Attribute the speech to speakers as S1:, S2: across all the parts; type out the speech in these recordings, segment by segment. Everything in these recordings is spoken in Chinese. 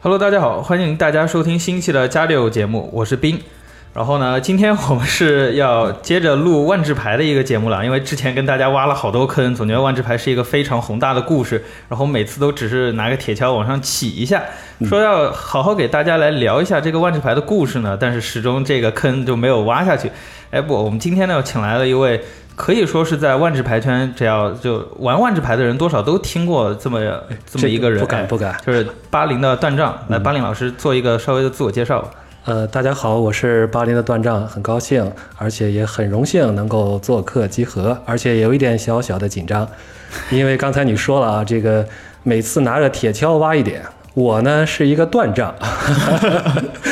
S1: Hello，大家好，欢迎大家收听新期的加六节目，我是冰。然后呢，今天我们是要接着录万智牌的一个节目了，因为之前跟大家挖了好多坑，总觉得万智牌是一个非常宏大的故事，然后每次都只是拿个铁锹往上起一下，说要好好给大家来聊一下这个万智牌的故事呢，但是始终这个坑就没有挖下去。哎不，我们今天呢，请来了一位可以说是在万智牌圈，只要就玩万智牌的人，多少都听过这么这么一个人，哎
S2: 不敢不敢。
S1: 就是巴林的断杖，
S2: 嗯
S1: 来巴林老师做一个稍微的自我介绍吧。
S2: 呃，大家好，我是巴林的段丈，很高兴，而且也很荣幸能够做客集合，而且有一点小小的紧张，因为刚才你说了啊，这个每次拿着铁锹挖一点，我呢是一个 断丈，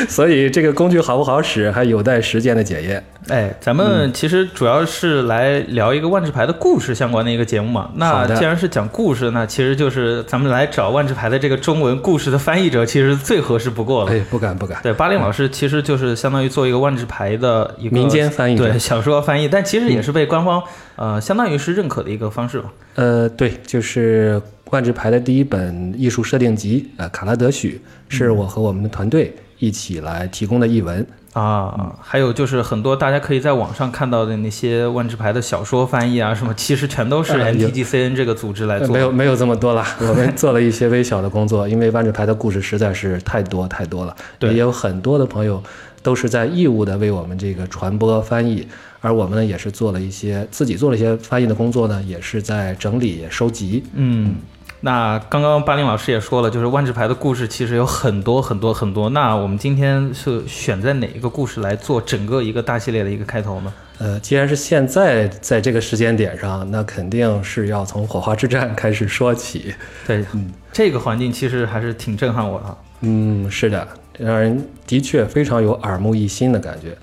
S2: 所以这个工具好不好使还有待时间的检验。
S1: 哎，咱
S2: 嗯
S1: 们其实主要是来聊一个万智牌的故事相关的一个节目嘛。那
S2: 好的
S1: 既然是讲故事，那其实就是咱们来找万智牌的这个中文故事的翻译者，其实最合适不过了。
S2: 哎，不敢不敢，
S1: 对，巴林老师其实就是相当于做一个万智牌的一个
S2: 民间翻译者嗯
S1: 对小说翻译，但其实也是被官方、呃相当于是认可的一个方式吧。
S2: 呃，对，就是万智牌的第一本艺术设定集，呃，卡拉德许
S1: 嗯
S2: 是我和我们的团队一起来提供的译文。
S1: 啊，还有就是很多大家可以在网上看到的那些万智牌的小说翻译啊，什么，其实全都是
S2: 哎嗯有
S1: NTGCN 这个组织来做。
S2: 呃没有没有这么 多了，我们做了一些微小的工作，因为万智牌的故事实在是太多太多了，
S1: 对
S2: 也有很多的朋友都是在义务的为我们这个传播翻译，而我们呢也是做了一些自己做了一些翻译的工作呢，也是在整理收集，
S1: 嗯，那刚刚巴林老师也说了，就是万智牌的故事其实有很多很多很多。那我们今天是选在哪一个故事来做整个一个大系列的一个开头呢？
S2: 呃，既然是现在在这个时间点上，那肯定是要从火花之战开始说起。
S1: 对，这个环境其实还是挺震撼我的。
S2: 嗯，是的，让人的确非常有耳目一新的感觉。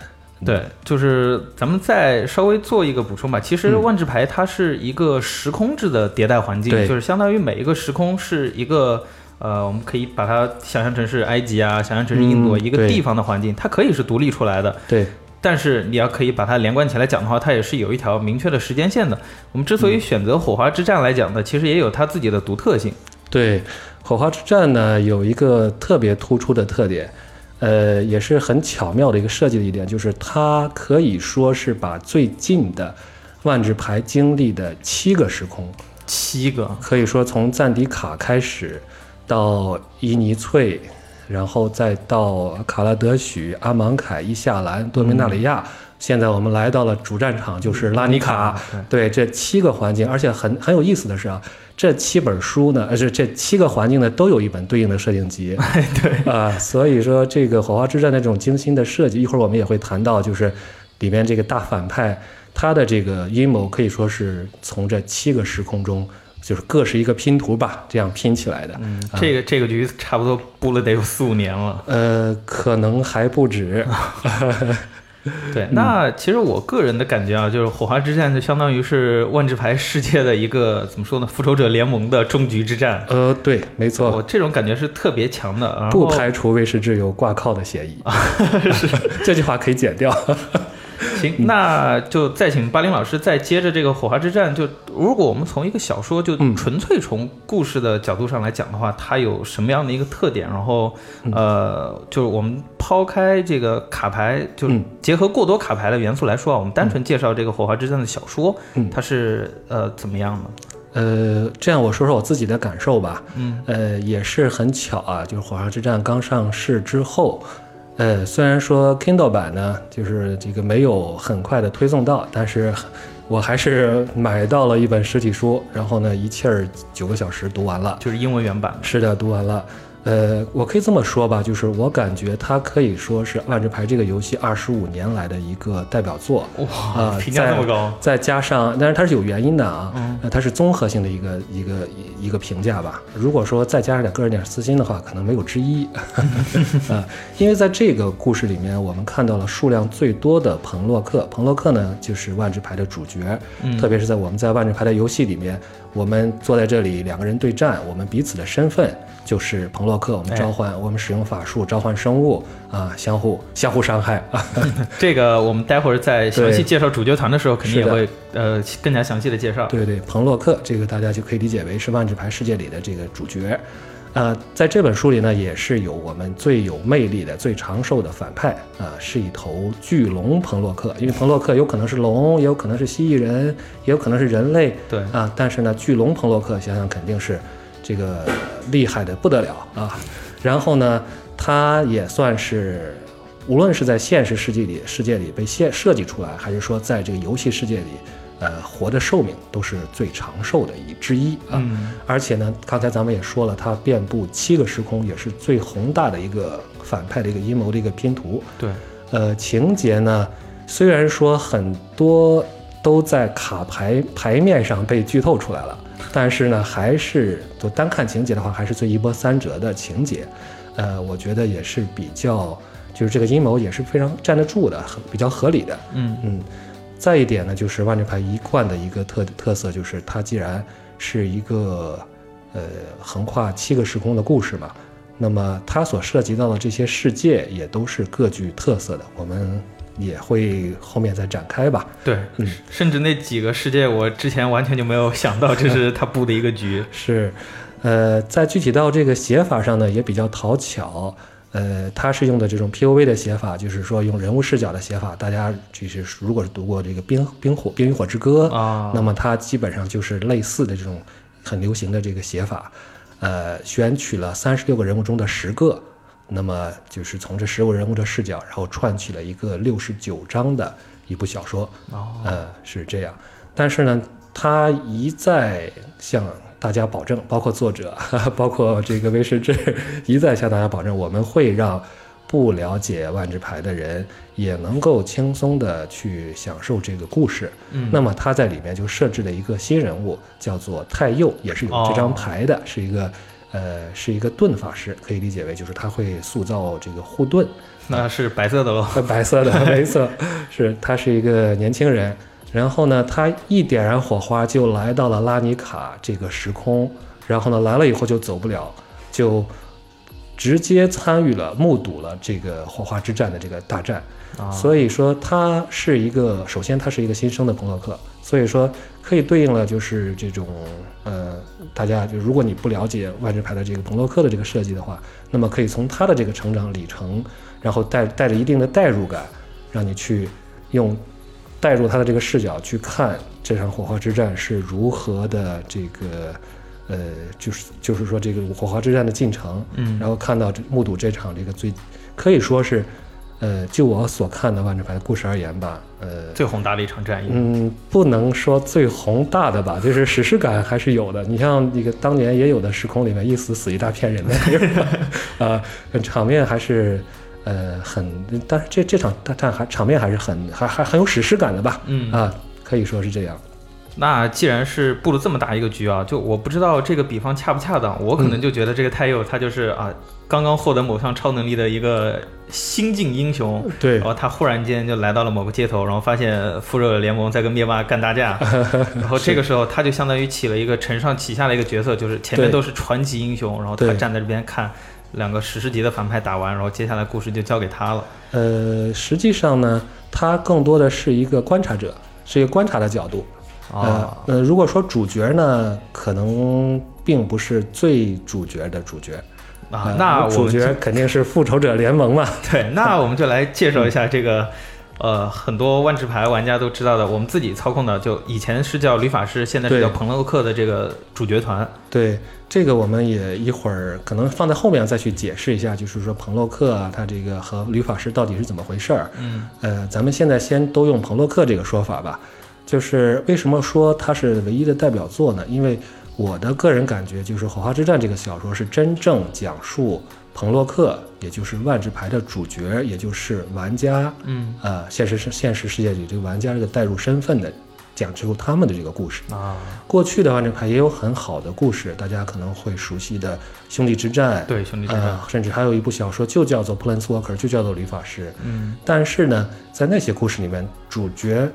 S1: 对，
S2: 嗯
S1: 就是咱们再稍微做一个补充吧。其
S2: 嗯
S1: 实万智牌它是一个时空制的迭代环境，
S2: 对
S1: 就是相当于每一个时空是一个。呃，我们可以把它想象成是埃及啊，想象成是印度啊
S2: 嗯
S1: 一个
S2: 对
S1: 地方的环境，它可以是独立出来的。
S2: 对，
S1: 但是你要可以把它连贯起来讲的话，它也是有一条明确的时间线的。我们之
S2: 嗯
S1: 所以选择火花之战来讲呢，其实也有它自己的独特性。
S2: 对，火花之战呢有一个特别突出的特点，呃，也是很巧妙的一个设计的一点，就是它可以说是把最近的万智牌经历的七个时空，
S1: 七个，
S2: 可以说从赞迪卡开始，到伊尼翠，然后再到卡拉德许、阿芒凯、伊夏兰、多明纳里亚。现在我们来到了主战场，就是嗯拉尼卡。对这七个环境，而且很很有意思的是啊，这七本书呢，呃，是这七个环境呢都有一本对应的设定集。对 啊、所以说这个火花之战的这种精心的设计，一会儿我们也会谈到，就是里面这个大反派他的这个阴谋可以说是从这七个时空中，就是各是一个拼图吧，这样拼起来的。
S1: 嗯，这个这个局差不多布了得有四五年了。
S2: 呃，可能还不止。 嗯
S1: 对，那其实我个人的感觉啊，就是火花之战就相当于是万智牌世界的一个怎么说呢，复仇者联盟的终局之战。
S2: 呃，对，没
S1: 我
S2: 错，
S1: 这种感觉是特别强的，啊哦然后
S2: 不排除卫士志有挂靠的嫌 疑。 这句话可以剪掉。 嗯
S1: 行，那就再请巴林老师再接着这个《火花之战》就。如果我们从一个小说，就
S2: 嗯
S1: 纯粹从故事的角度上来讲的话，它有什么样的一个特点？然后，
S2: 嗯
S1: 呃，就是我们抛开这个卡牌，就是
S2: 嗯
S1: 结合过多卡牌的元素来说啊，我们单纯介绍这个《火花之战》的小说，
S2: 嗯
S1: 它是呃怎么样的？
S2: 呃，这样我说说我自己的感受吧。
S1: 嗯，
S2: 呃，也是很巧啊，就是《火花之战》刚上市之后，呃，虽然说 Kindle 版呢，就是这个没有很快的推送到，但是我还是买到了一本实体书，然后呢，一气儿九个小时读完了。
S1: 就是英文原 版。
S2: 是的，读完了。呃，我可以这么说吧，就是我感觉它可以说是万智牌这个游戏二十五年来的一个代表作。
S1: 哇
S2: 啊，
S1: 评价这么
S2: 在
S1: 高，
S2: 再加上，但是它是有原因的啊，
S1: 嗯
S2: 呃它是综合性的一个一个一一个评价吧。如果说再加上点个人点私心的话，可能没有 之一。啊，因为在这个故事里面，我们看到了数量最多的彭洛克。彭洛克呢，就是万智牌的主角，
S1: 嗯
S2: 特别是在我们在万智牌的游戏里面，我们坐在这里两个人对战，我们彼此的身份就是彭洛克，我们召唤，
S1: 哎
S2: 我们使用法术召唤生物啊，相互相互伤害啊。
S1: 这个我们待会儿在详细
S2: 对
S1: 介绍主角团的时候，肯定也
S2: 是的
S1: 会呃更加详细的介绍。
S2: 对对，彭洛克这个大家就可以理解为是万智牌世界里的这个主角。呃，在这本书里呢，也是有我们最有魅力的、最长寿的反派啊、是一头巨龙彭洛克。因为彭洛克有可能是龙，也有可能是蜥蜴人，也有可能是人类
S1: 对
S2: 啊、但是呢，巨龙彭洛克想想肯定是这个厉害的不得了啊。然后呢，他也算是无论是在现实世界里世界里被现设计出来，还是说在这个游戏世界里，呃，活的寿命都是最长寿的一之一啊。
S1: 嗯
S2: 而且呢，刚才咱们也说了，它遍布七个时空，也是最宏大的一个反派的一个阴谋的一个拼图。
S1: 对，
S2: 呃，情节呢，虽然说很多都在卡牌牌面上被剧透出来了，但是呢，还是就单看情节的话，还是最一波三折的情节。呃，我觉得也是比较，就是这个阴谋也是非常站得住的，很比较合理的。
S1: 嗯
S2: 嗯，再一点呢，就是万智牌一贯的一个特特色，就是它既然是一个呃横跨七个时空的故事嘛，那么它所涉及到的这些世界也都是各具特色的，我们也会后面再展开吧。
S1: 对，
S2: 嗯
S1: 甚至那几个世界，我之前完全就没有想到这是他布的一个局。
S2: 是，呃，在具体到这个写法上呢，也比较讨巧。呃，它是用的这种 POV 的写法，就是说用人物视角的写法。大家就是如果是读过这个冰《冰火冰与火之歌》
S1: 啊
S2: 那么它基本上就是类似的这种很流行的这个写法。呃，选取了三十六个人物中的十个，那么就是从这十个人物的视角，然后串起了一个六十九章的一部小说。
S1: 哦，
S2: 呃，是这样。但是呢，他一再向大家保证，包括作者， 包括这个威士忌， 一再向大家保证，我们会让不了解万智牌的人也能够轻松的去享受这个故事。
S1: 嗯，
S2: 那么他在里面就设置了一个新人物，叫做太佑，也是有这张牌的，是一个。呃，是一个盾法师，可以理解为就是他会塑造这个护盾，
S1: 那是白色的喽。
S2: 白色的，没错，是他是一个年轻人。然后呢，他一点燃火花就来到了拉尼卡这个时空，然后呢来了以后就走不了，就直接参与了、目睹了这个火花之战的这个大战。
S1: 啊
S2: 所以说，他是一个，首先他是一个新生的朋洛克，所以说可以对应了就是这种呃，大家就如果你不了解万智牌的这个朋洛克的这个设计的话，那么可以从他的这个成长里程，然后带带着一定的代入感，让你去用带入他的这个视角去看这场火花之战是如何的这个。呃，就是就是说这个火花之战的进程，
S1: 嗯
S2: 然后看到这目睹这场这个最可以说是，呃，就我所看的万智牌的故事而言吧，呃，
S1: 最宏大的一场战役。
S2: 嗯，不能说最宏大的吧，就是史诗感还是有的。你像那个当年也有的时空里面一死死一大片人的，啊、 呃，场面还是呃很，但是这这场大战还场面还是很还还很有史诗感的吧，
S1: 嗯
S2: 啊，可以说是这样。
S1: 那既然是布了这么大一个局啊，就我不知道这个比方恰不恰当，我可
S2: 嗯
S1: 能就觉得这个太佑他就是啊，刚刚获得某项超能力的一个新晋英雄，
S2: 对
S1: 然后他忽然间就来到了某个街头，然后发现复仇者联盟在跟灭霸干大 架，然后这个时候他就相当于起了一个承上启下的一个角色，就是前面
S2: 对
S1: 都是传奇英雄，然后他
S2: 对
S1: 站在这边看两个史诗级的反派打完，然后接下来故事就交给他了。
S2: 呃，实际上呢，他更多的是一个观察者，是一个观察的角度。
S1: 啊，
S2: 呃，呃，如果说主角呢，可能并不是最主角的主角
S1: 啊
S2: 呃，
S1: 那我
S2: 主
S1: 们
S2: 角肯定是复仇者联盟 嘛。
S1: 对，那我们就来介绍一
S2: 嗯
S1: 下这个，呃，很多万智牌玩家都知道的，我们自己操控的，就以前是叫吕法师，现在是
S2: 对
S1: 叫彭洛克的这个主角团。
S2: 对，这个我们也一会儿可能放在后面再去解释一下，就是说彭洛克啊，他这个和吕法师到底是怎么回事儿。
S1: 嗯，
S2: 呃，咱们现在先都用彭洛克这个说法吧。就是为什么说它是唯一的代表作呢？因为我的个人感觉就是《火花之战》这个小说是真正讲述彭洛克，也就是万智牌的主角，也就是玩家，
S1: 嗯，
S2: 呃，现实世现实世界里这个玩家这个代入身份的，讲述他们的这个故事。
S1: 啊，
S2: 过去的万智牌也有很好的故事，大家可能会熟悉的《兄弟之战》，
S1: 对，兄弟之战
S2: 呃，，甚至还有一部小说就叫做《Planeswalker》，就叫做《理发师》。
S1: 嗯，
S2: 但是呢，在那些故事里面，主角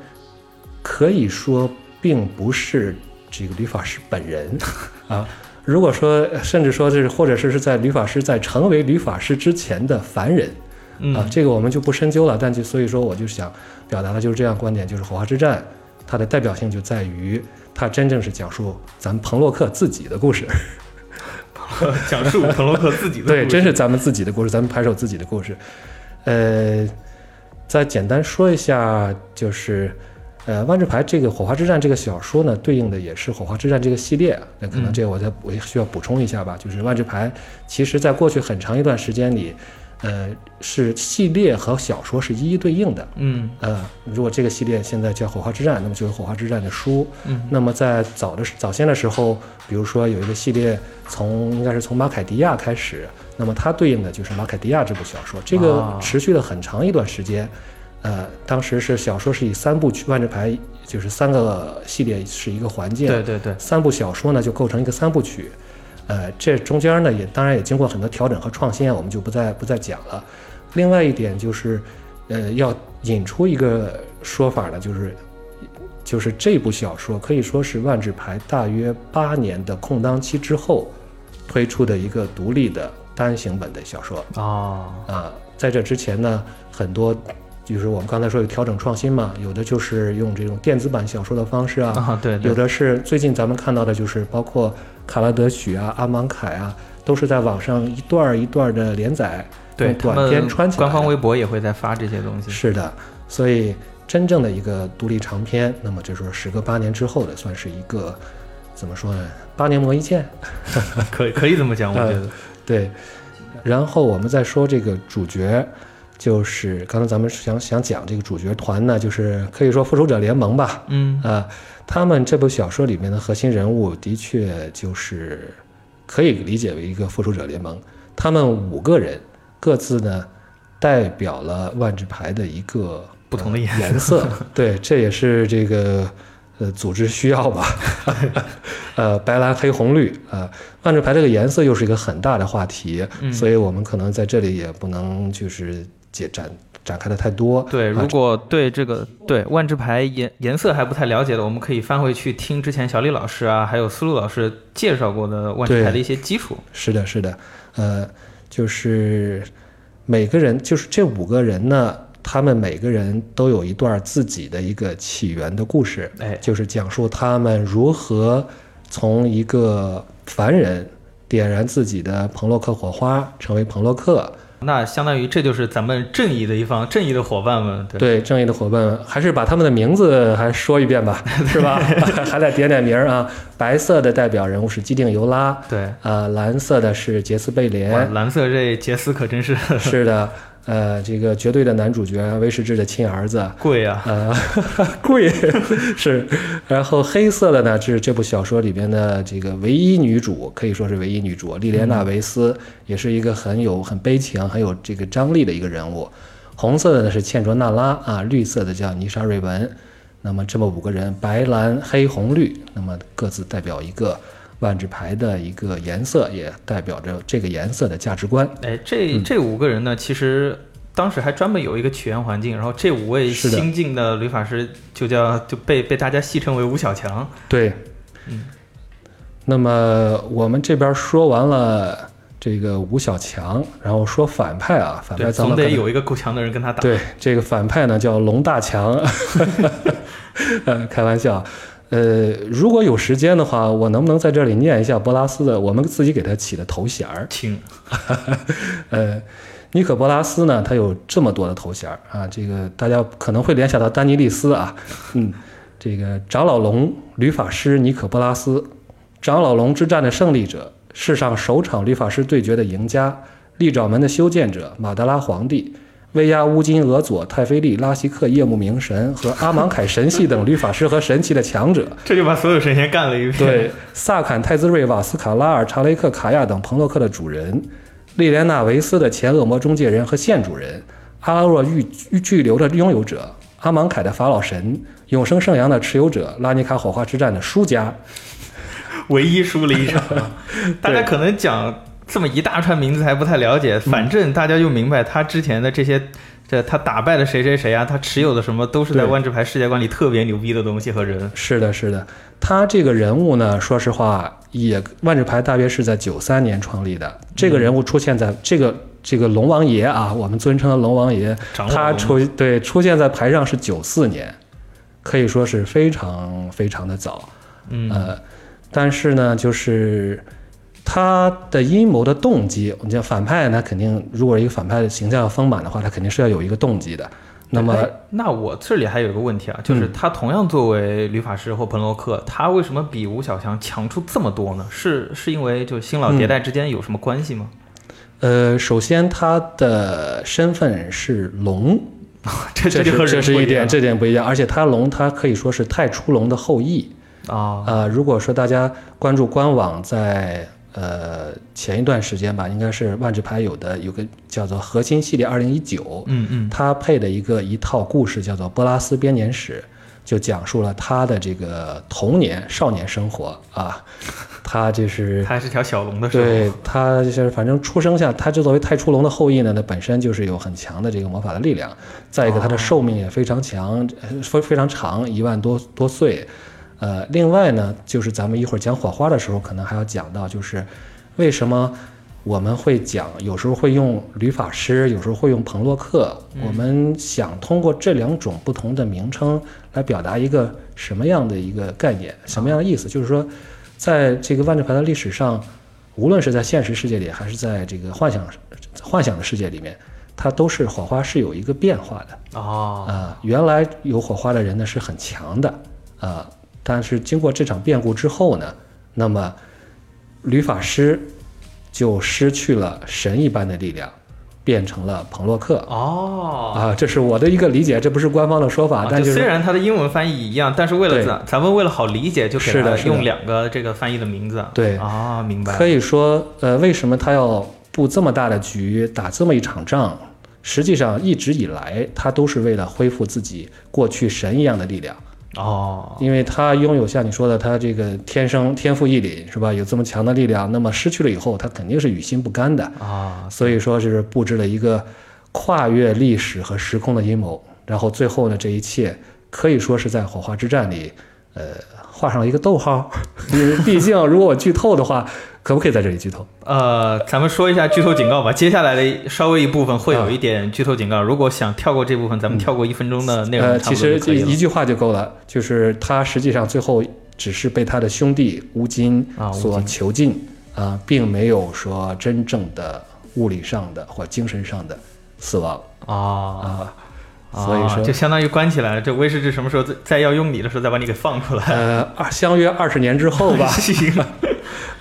S2: 可以说并不是这个理发师本人 啊。如果说，甚至说这是，或者是是在理发师在成为理发师之前的凡人，
S1: 嗯
S2: 啊，这个我们就不深究了。但就所以说，我就想表达的就是这样观点，就是《火花之战》它的代表性就在于它真正是讲述咱们彭洛克自己的故事。
S1: 讲述腾洛克自己的故事
S2: 对，真是咱们自己的故事，咱们拍手自己的故事。呃，再简单说一下，就是呃，万智牌这个《火花之战》这个小说呢，对应的也是《火花之战》这个系列。啊那可
S1: 嗯
S2: 能这个我再我需要补充一下吧，就是万智牌其实在过去很长一段时间里，呃，是系列和小说是一一对应的。
S1: 嗯
S2: 呃，如果这个系列现在叫《火花之战》，那么就有《火花之战》的书。
S1: 嗯
S2: 那么在早的时早先的时候，比如说有一个系列从应该是从马凯迪亚开始，那么它对应的就是马凯迪亚这部小说，这个
S1: 啊
S2: 持续了很长一段时间。呃，当时是小说是以三部曲万智牌就是三个系列是一个环境，
S1: 对对对，
S2: 三部小说呢就构成一个三部曲，呃，这中间呢也当然也经过很多调整和创新啊，我们就不再不再讲了。另外一点就是，呃，要引出一个说法呢，就是就是这部小说可以说是万智牌大约八年的空档期之后推出的一个独立的单行本的小说。
S1: 哦，
S2: 啊，在这之前呢，很多就是我们刚才说有调整创新嘛，有的就是用这种电子版小说的方式啊，
S1: 啊对对
S2: 有的是最近咱们看到的就是包括卡拉德许啊、阿芒凯啊，都是在网上一段儿一段儿的连载，
S1: 对，
S2: 用
S1: 他
S2: 短篇
S1: 们
S2: 穿起来
S1: 官
S2: 的。
S1: 方微博也会在发这些东西。
S2: 是的，所以真正的一个独立长篇，那么这就是时隔八年之后的，算是一个怎么说呢？八年磨一剑，
S1: 可以可以这么讲，我觉得。
S2: 对，然后我们再说这个主角，就是刚才咱们想想讲这个主角团呢，就是可以说复仇者联盟吧，
S1: 嗯
S2: 啊，他们这部小说里面的核心人物的确就是可以理解为一个复仇者联盟，他们五个人各自呢代表了万智牌的一个
S1: 不同的颜
S2: 颜色，对，这也是这个呃组织需要吧，呃，白蓝黑红绿啊、呃，万智牌这个颜色又是一个很大的话题，
S1: 嗯
S2: 所以我们可能在这里也不能就是解展展开的太多，
S1: 对，
S2: 啊
S1: 如果对这个对万智牌颜颜色还不太了解的，我们可以翻回去听之前小李老师啊，还有思路老师介绍过的万智牌的一些基础。
S2: 是的，是的，呃，就是每个人，就是这五个人呢，他们每个人都有一段自己的一个起源的故事，
S1: 哎
S2: 就是讲述他们如何从一个凡人点燃自己的彭洛克火花，成为彭洛克。
S1: 那相当于这就是咱们正义的一方，正义的伙伴们。对，
S2: 对，正义的伙伴，还是把他们的名字还说一遍吧，是吧？ 还得点点名儿啊。白色的代表人物是基定尤拉，
S1: 对
S2: 呃，蓝色的是杰斯贝莲，
S1: 哇蓝色这杰斯可真是
S2: 是的，呃，这个绝对的男主角威士忌的亲儿子，
S1: 贵啊。
S2: 呃，贵 是。然后黑色的呢是这部小说里边的这个唯一女主，可以说是唯一女主莉莲娜·维斯，也是一个很有很悲情、很有这个张力的一个人物。红色的呢是茜卓娜拉啊，绿色的叫妮莎·瑞文。那么这么五个人，白、蓝、黑、红、绿，那么各自代表一个万智牌的一个颜色，也代表着这个颜色的价值观。
S1: 哎，这
S2: 嗯
S1: 这五个人呢，其实当时还专门有一个起源环境，然后这五位
S2: 是的
S1: 新晋的旅法师就叫就被被大家戏称为五小强。
S2: 对，
S1: 嗯。
S2: 那么我们这边说完了这个吴小强，然后说反派啊，反
S1: 对，
S2: 派咱
S1: 总
S2: 们
S1: 得
S2: 可能
S1: 有一个够强的人跟他打。
S2: 对这个反派呢叫龙大 强，呃，开玩笑。呃，如果有时间的话，我能不能在这里念一下博拉斯的我们自己给他起的头衔儿？
S1: 请
S2: 呃，尼可波拉斯呢，他有这么多的头衔儿啊，这个大家可能会联想到丹尼利斯啊，嗯，这个长老龙旅法师尼可波拉斯，长老龙之战的胜利者，世上首场旅法师对决的赢家，利爪门的修建者马德拉皇帝。威压乌金俄佐、泰菲利、拉希克、夜幕冥神和阿芒凯神系等律法师和神奇的强者，
S1: 这就把所有神仙干了 一遍。
S2: 对，萨坎、泰兹瑞、瓦斯卡拉尔、查雷克、卡亚等彭洛克的主人，莉莲娜·维斯的前恶魔中介人和现主人，阿拉若玉玉巨流的拥有者，阿芒凯的法老神，永生圣阳的持有者，拉尼卡火花之战的输家。
S1: 唯一输了一 场。大家可能讲这么一大串名字还不太了解，
S2: 嗯
S1: 反正大家就明白他之前的这些，这他打败了谁谁谁啊，他持有的什么都是在
S2: 对
S1: 万智牌世界观里特别牛逼的东西和人。
S2: 是的，是的，他这个人物呢，说实话，也万智牌大约是在九三年创立的。这个人物出现在这个这个龙王爷啊，我们尊称的龙王爷，
S1: 掌握
S2: 他
S1: 了
S2: 出对出现在牌上是九四年，可以说是非常非常的早。
S1: 嗯
S2: 呃，但是呢，就是他的阴谋的动机，你像反派，那肯定如果一个反派的形象要丰满的话，他肯定是要有一个动机的。那么嗯
S1: 哎那我这里还有一个问题啊，就是他同样作为吕法师或彭罗克，他为什么比吴小强强出这么多呢？是是因为就新
S2: 嗯
S1: 老迭代之间有什么关系吗？
S2: 呃，首先他的身份是龙，
S1: 这
S2: 这
S1: 就和
S2: 是
S1: 人
S2: 这是
S1: 不
S2: 一
S1: 样
S2: 点，这点不一样。而且他龙，他可以说是太初龙的后裔。
S1: 啊，
S2: 呃，如果说大家关注官网在，呃前一段时间吧，应该是万智牌有的有个叫做核心系列二零一九，
S1: 嗯嗯，
S2: 它配的一个一套故事叫做《波拉斯编年史》，就讲述了他的这个童年、少年生活啊，他就是
S1: 他还是条小龙的时候，
S2: 对他就是反正出生下，他就作为太初龙的后裔呢，他本身就是有很强的这个魔法的力量。再一个，他的寿命也非常强，呃非、非常长，一万多多岁。呃，另外呢，就是咱们一会儿讲火花的时候，可能还要讲到，就是为什么我们会讲，有时候会用吕法师，有时候会用彭洛克。
S1: 嗯
S2: 我们想通过这两种不同的名称来表达一个什么样的一个概念，什么样的意思？就是说，在这个万智牌的历史上，无论是在现实世界里，还是在这个幻想幻想的世界里面，它都是火花是有一个变化的。
S1: 啊，
S2: 啊、原来有火花的人呢是很强的，啊、但是经过这场变故之后呢，那么吕法师就失去了神一般的力量，变成了彭洛克。
S1: 哦。
S2: 啊、这是我的一个理解，这不是官方的说法，
S1: 啊
S2: 但
S1: 就是虽然它的英文翻译一样，但是为了
S2: 对
S1: 咱咱们为了好理解，就给
S2: 是的
S1: 它
S2: 是的
S1: 用两个这个翻译的名字。
S2: 对
S1: 啊，明白。
S2: 可以说，呃，为什么他要布这么大的局，打这么一场仗？实际上，一直以来他都是为了恢复自己过去神一样的力量。
S1: 哦，
S2: 因为他拥有像你说的，他这个天生天赋异禀是吧？有这么强的力量，那么失去了以后，他肯定是与心不甘的。
S1: 啊，
S2: 所以说是布置了一个跨越历史和时空的阴谋，然后最后呢，这一切可以说是在火花之战里，呃，画上了一个逗号。 因为毕竟如果我剧透的话，可不可以在这里剧透？
S1: 呃，咱们说一下剧透警告吧。接下来的稍微一部分会有一
S2: 啊
S1: 点剧透警告，如果想跳过这部分，咱们跳过一分钟的内容，
S2: 嗯呃，
S1: 差
S2: 其
S1: 不多
S2: 实
S1: 就可
S2: 就
S1: 以了
S2: 一。句话就够了，就是他实际上最后只是被他的兄弟乌金
S1: 啊乌
S2: 所
S1: 金
S2: 囚禁啊、并没有说真正的物理上的或精神上的死亡
S1: 哦，
S2: 啊。所以
S1: 哦
S2: 说，
S1: 就相当于关起来了。这威士忌什么时候再再要用你的时候，再把你给放出来？
S2: 呃，二相约二十年之后吧，
S1: 行，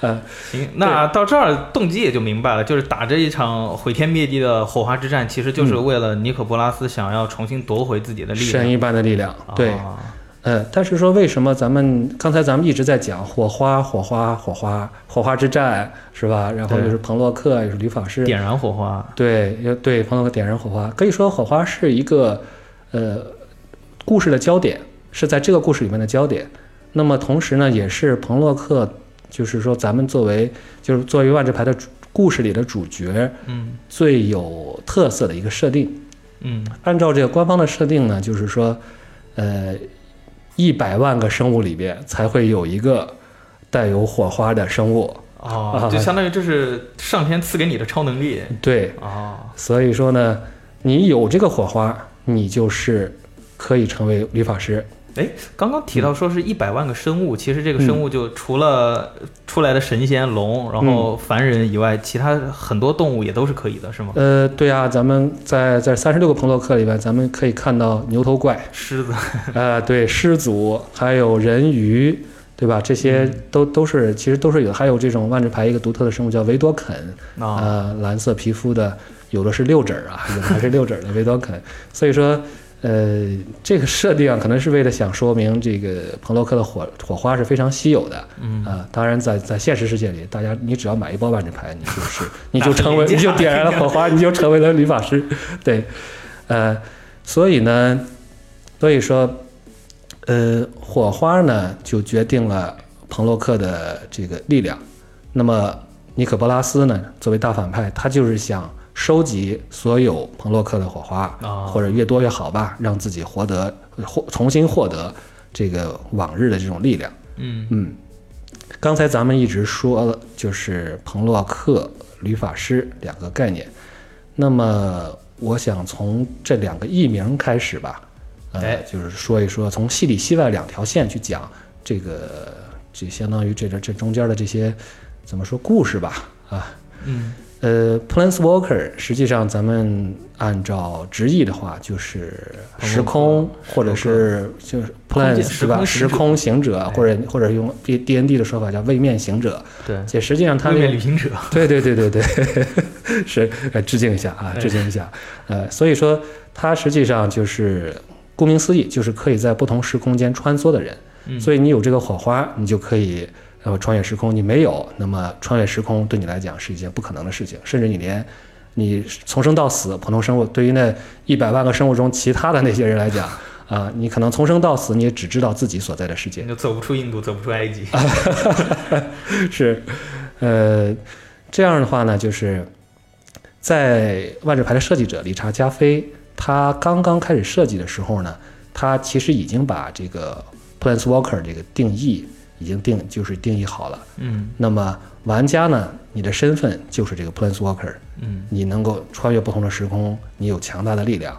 S2: 呃，
S1: 行，那到这儿动机也就明白了，就是打这一场毁天灭地的火花之战，其实
S2: 嗯
S1: 就是为了尼可波拉斯想要重新夺回自己的力
S2: 神
S1: 量。
S2: 一般的力量，对，
S1: 啊
S2: 呃，但是说为什么咱们刚才咱们一直在讲火花、火花、火花、火花之战是吧？然后
S1: 对
S2: 又是彭洛克，又是吕法师，
S1: 点燃火花。
S2: 对，要对朋友点燃火花，可以说火花是一个呃故事的焦点，是在这个故事里面的焦点。那么同时呢，也是彭洛克，就是说咱们作为就是作为万智牌的主故事里的主角
S1: 嗯
S2: 最有特色的一个设定。
S1: 嗯，
S2: 按照这个官方的设定呢，就是说，呃，一百万个生物里边才会有一个带有火花的生物。
S1: 哦
S2: 啊，
S1: 就相当于这是上天赐给你的超能力。
S2: 对，
S1: 哦，
S2: 所以说呢，你有这个火花，你就是可以成为理发师。
S1: 哎，刚刚提到说是一百万个生物，其实这个生物就除了出来的神仙龙，然后凡人以外，其他很多动物也都是可以的，是吗？
S2: 呃，对啊，咱们在在三十六个朋洛克里边，咱们可以看到牛头怪，
S1: 狮子，
S2: 呃，对，狮族，还有人鱼，对吧？这些都都是其实都是有的，还有这种万智牌一个独特的生物叫维多肯，
S1: 啊，
S2: 呃，蓝色皮肤的，有的是六指儿啊， 有的还是六指儿的维多肯。所以说，呃，这个设定啊，可能是为了想说明这个彭洛克的火火花是非常稀有的。
S1: 嗯，
S2: 啊、当然在在现实世界里，大家你只要买一包万智牌，你就是你就
S1: 那很
S2: 成为
S1: 廉
S2: 你
S1: 价
S2: 就点燃了火花，你就成为了理发师，对，呃，所以呢，所以说，呃，火花呢就决定了彭洛克的这个力量。那么尼可波拉斯呢，作为大反派，他就是想收集所有彭洛克的火花，
S1: 啊
S2: 或者越多越好吧，让自己获得获重新获得这个往日的这种力量。
S1: 嗯
S2: 嗯，刚才咱们一直说了，就是彭洛克、吕法师两个概念。那么，我想从这两个译名开始吧，
S1: 哎
S2: 呃，就是说一说从戏里戏外两条线去讲这个，这相当于这这这中间的这些怎么说故事吧啊，
S1: 嗯
S2: 呃，Planeswalker 实际上咱们按照直译的话，就是时空或者是就是
S1: 空
S2: plan
S1: 间
S2: 是吧？时
S1: 时
S2: 空
S1: 空
S2: 行者，或者或者用 D D N D 的说法叫位面行者。
S1: 对，
S2: 且实际上它
S1: 位
S2: 那
S1: 面
S2: 个
S1: 旅行者，
S2: 对对对对对， 是呃致敬一下啊，致敬一下。呃，所以说它实际上就是顾名思义，就是可以在不同时空间穿梭的人。
S1: 嗯，
S2: 所以你有这个火花，你就可以呃穿越时空；你没有，那么穿越时空对你来讲是一件不可能的事情，甚至你连你从生到死，普通生物对于那一百万个生物中其他的那些人来讲，啊、你可能从生到死，你也只知道自己所在的世界
S1: 你就走不出印度，走不出埃及，
S2: 是，呃，这样的话呢，就是在万智牌的设计者理查加菲，他刚刚开始设计的时候呢，他其实已经把这个 Planeswalker 这个定义已经定就是定义好了。
S1: 嗯
S2: 那么玩家呢，你的身份就是这个 Planeswalker，
S1: 嗯
S2: 你能够穿越不同的时空，你有强大的力量。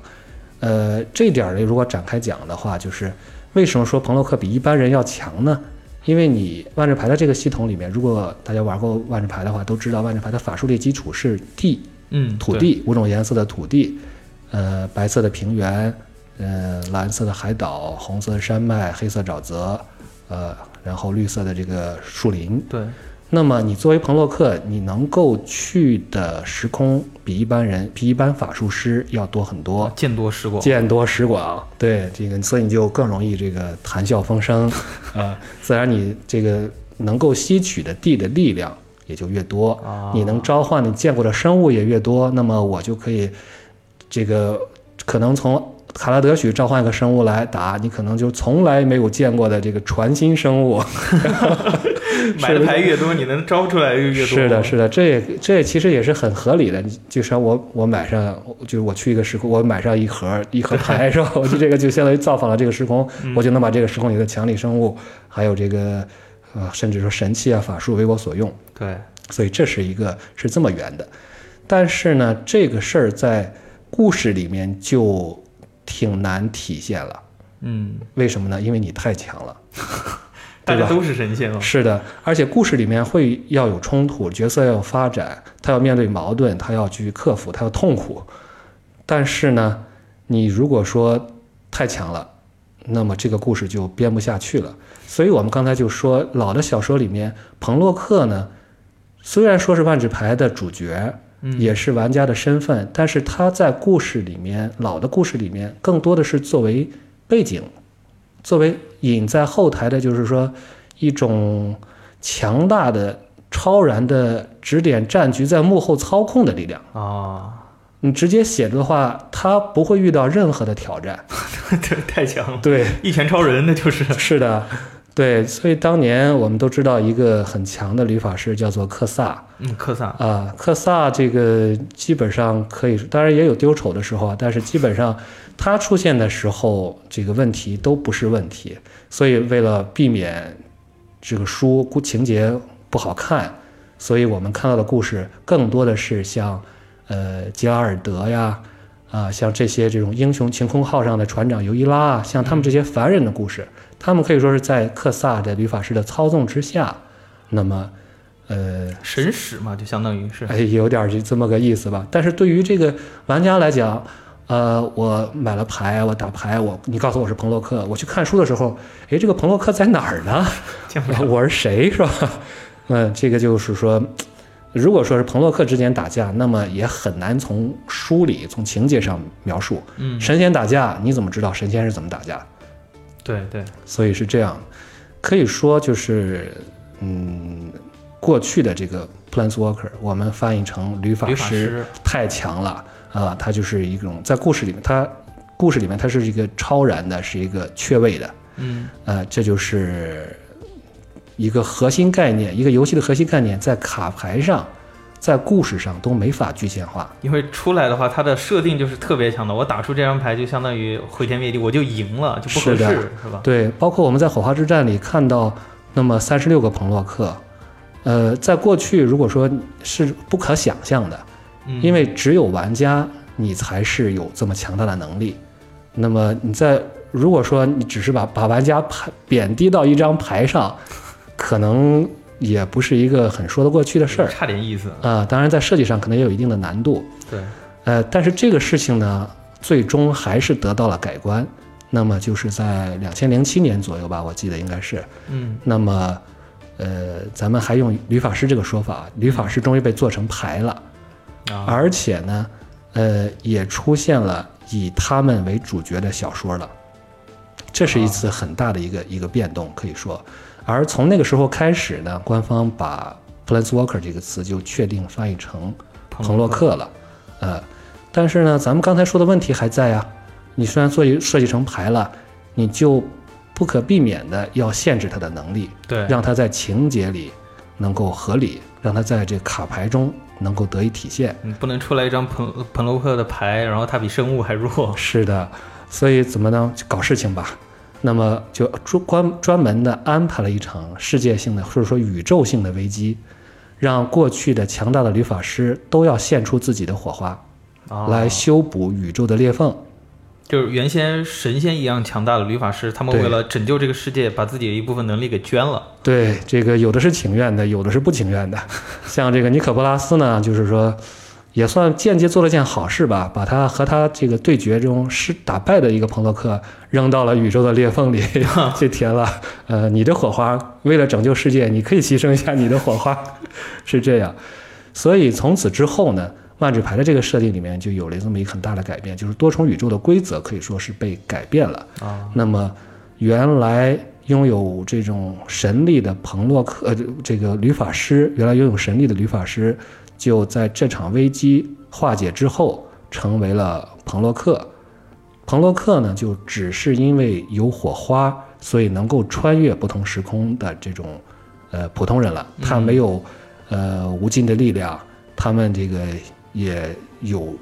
S2: 呃，这点儿呢，如果展开讲的话，就是为什么说彭洛克比一般人要强呢？因为你万智牌的这个系统里面，如果大家玩过万智牌的话，都知道万智牌的法术力基础是地
S1: 嗯，
S2: 土
S1: 对，
S2: 地五种颜色的土地，呃，白色的平原，呃，蓝色的海岛，红色的山脉，黑色沼泽，呃，然后绿色的这个树林，
S1: 对，
S2: 那么你作为彭洛克，你能够去的时空比一般人、比一般法术师要多很多，
S1: 啊见多识广，
S2: 见多识广。对这个，所以你就更容易这个谈笑风生，
S1: 啊
S2: 呃，自然你这个能够吸取的地的力量也就越多，
S1: 啊
S2: 你能召唤你见过的生物也越多，那么我就可以这个可能从。卡拉德许召唤一个生物来打你，可能就从来没有见过的这个传心生物，
S1: 买的牌越多，你能招出来越多，
S2: 是的，是的，这也这也其实也是很合理的。你就像我我买上，就是我去一个时空，我买上一盒一盒牌是吧？ 我就这个就相当于造访了这个时空，
S1: 嗯
S2: 我就能把这个时空里的强力生物，还有这个呃，甚至说神器啊、法术为我所用。
S1: 对，
S2: 所以这是一个是这么圆的。但是呢，这个事儿在故事里面就挺难体现了。
S1: 嗯，
S2: 为什么呢？因为你太强 了。
S1: 大家
S2: 对吧
S1: 都是神仙嘛，
S2: 是的，而且故事里面会要有冲突，角色要有发展，他要面对矛盾，他要去克服，他要痛苦。但是呢，你如果说太强了，那么这个故事就编不下去了。所以我们刚才就说，老的小说里面，彭洛克呢，虽然说是万智牌的主角，
S1: 嗯
S2: 也是玩家的身份，但是他在故事里面，老的故事里面，更多的是作为背景，作为隐在后台的，就是说一种强大的、超然的指点战局在幕后操控的力量。
S1: 啊，
S2: 你直接写的话，他不会遇到任何的挑战。
S1: 对，太强了，
S2: 对，
S1: 一拳超人，那就是，
S2: 是的，对。所以当年我们都知道一个很强的旅法师叫做克萨，
S1: 嗯，科萨，
S2: 啊，克萨这个基本上可以，当然也有丢丑的时候啊，但是基本上他出现的时候，这个问题都不是问题。所以为了避免这个书故情节不好看，所以我们看到的故事更多的是像呃吉拉尔德呀。啊，像这些这种英雄晴空号上的船长尤伊拉啊，像他们这些凡人的故事，他们可以说是在克萨的旅法师的操纵之下，那么，呃，
S1: 神使嘛，就相当于是，
S2: 哎，有点儿就这么个意思吧。但是对于这个玩家来讲，呃，我买了牌，我打牌，我你告诉我是彭洛克，我去看书的时候，哎，这个彭洛克在哪儿呢？
S1: 见不了，
S2: 我是谁是吧？嗯，这个就是说，如果说是彭洛克之间打架，那么也很难从书里、从情节上描述。
S1: 嗯，
S2: 神仙打架，你怎么知道神仙是怎么打架的？
S1: 对对，
S2: 所以是这样，可以说就是，嗯，过去的这个 Planeswalker，我们翻译成旅法
S1: 旅法
S2: 师，
S1: 师，
S2: 太强了啊！它就是一种在故事里面，它故事里面它是一个超然的，是一个缺位的，
S1: 嗯，
S2: 呃，这就是一个核心概念，一个游戏的核心概念，在卡牌上，在故事上都没法具现化。
S1: 因为出来的话，它的设定就是特别强的，我打出这张牌就相当于毁天灭地，我就赢了，就不合
S2: 是的
S1: 适，是吧？
S2: 对，包括我们在火花之战里看到那么三十六个彭洛克，呃，在过去如果说是不可想象的，
S1: 嗯，
S2: 因为只有玩家你才是有这么强大的能力。那么你在如果说你只是把把玩家牌贬低到一张牌上，可能也不是一个很说得过去的事儿
S1: 差点意思。
S2: 啊、当然，在设计上可能也有一定的难度。
S1: 对，
S2: 呃，但是这个事情呢，最终还是得到了改观。那么就是在两千零七年左右吧，我记得应该是。
S1: 嗯，
S2: 那么，呃，咱们还用旅法师这个说法，啊旅法师终于被做成牌了，
S1: 啊，
S2: 而且呢，呃，也出现了以他们为主角的小说了。这是一次很大的一个一个变动，可以说。而从那个时候开始呢，官方把 “planeswalker” 这个词就确定翻译成
S1: 彭
S2: 彭洛，克了，呃，但是呢，咱们刚才说的问题还在啊。你虽然做一设计成牌了，你就不可避免的要限制它的能力，
S1: 对，
S2: 让它在情节里能够合理，让它在这卡牌中能够得以体现。
S1: 你不能出来一张彭彭洛克的牌，然后他比生物还弱。
S2: 是的，所以怎么呢？就搞事情吧。那么就专专专门的安排了一场世界性的或者说宇宙性的危机，让过去的强大的旅法师都要献出自己的火花，
S1: 啊
S2: 来修补宇宙的裂缝。
S1: 就是原先神仙一样强大的律法师，他们
S2: 对
S1: 为了拯救这个世界，把自己的一部分能力给捐了。
S2: 对，这个有的是情愿的，有的是不情愿的。像这个尼可波拉斯呢，就是说，也算间接做了件好事吧，把他和他这个对决中失打败的一个彭洛克扔到了宇宙的裂缝里去填了。呃，你的火花为了拯救世界，你可以牺牲一下你的火花， 是这样。所以从此之后呢，万智牌的这个设定里面就有了这么一个很大的改变，就是多重宇宙的规则可以说是被改变了。
S1: 啊，
S2: 那么原来拥有这种神力的彭洛克，呃，这个吕法师，原来拥有神力的吕法师，就在这场危机化解之后，成为了彭洛克。彭洛克呢，就只是因为有火花，所以能够穿越不同时空的这种，呃，普通人了。他没有，呃，无尽的力量，他们这个也有，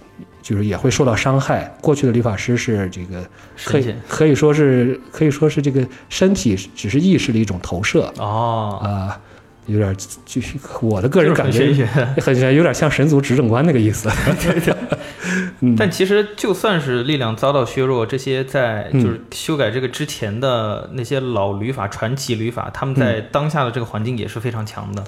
S2: 就是也会受到伤害。过去的理发师是这个可
S1: 神
S2: 以
S1: 仙
S2: 可以说是可以说是这个身体只是意识的一种投射啊、
S1: 哦，
S2: 有点就是我的个人感
S1: 就是很
S2: 觉
S1: 神 学。
S2: 很有点像神族执政官那 个意思。嗯
S1: 但其实就算是力量遭到削弱，这些在就
S2: 嗯
S1: 是修改这个之前的那些老律法、传奇律法，
S2: 嗯
S1: 他们在当下的这个环境也是非常强的，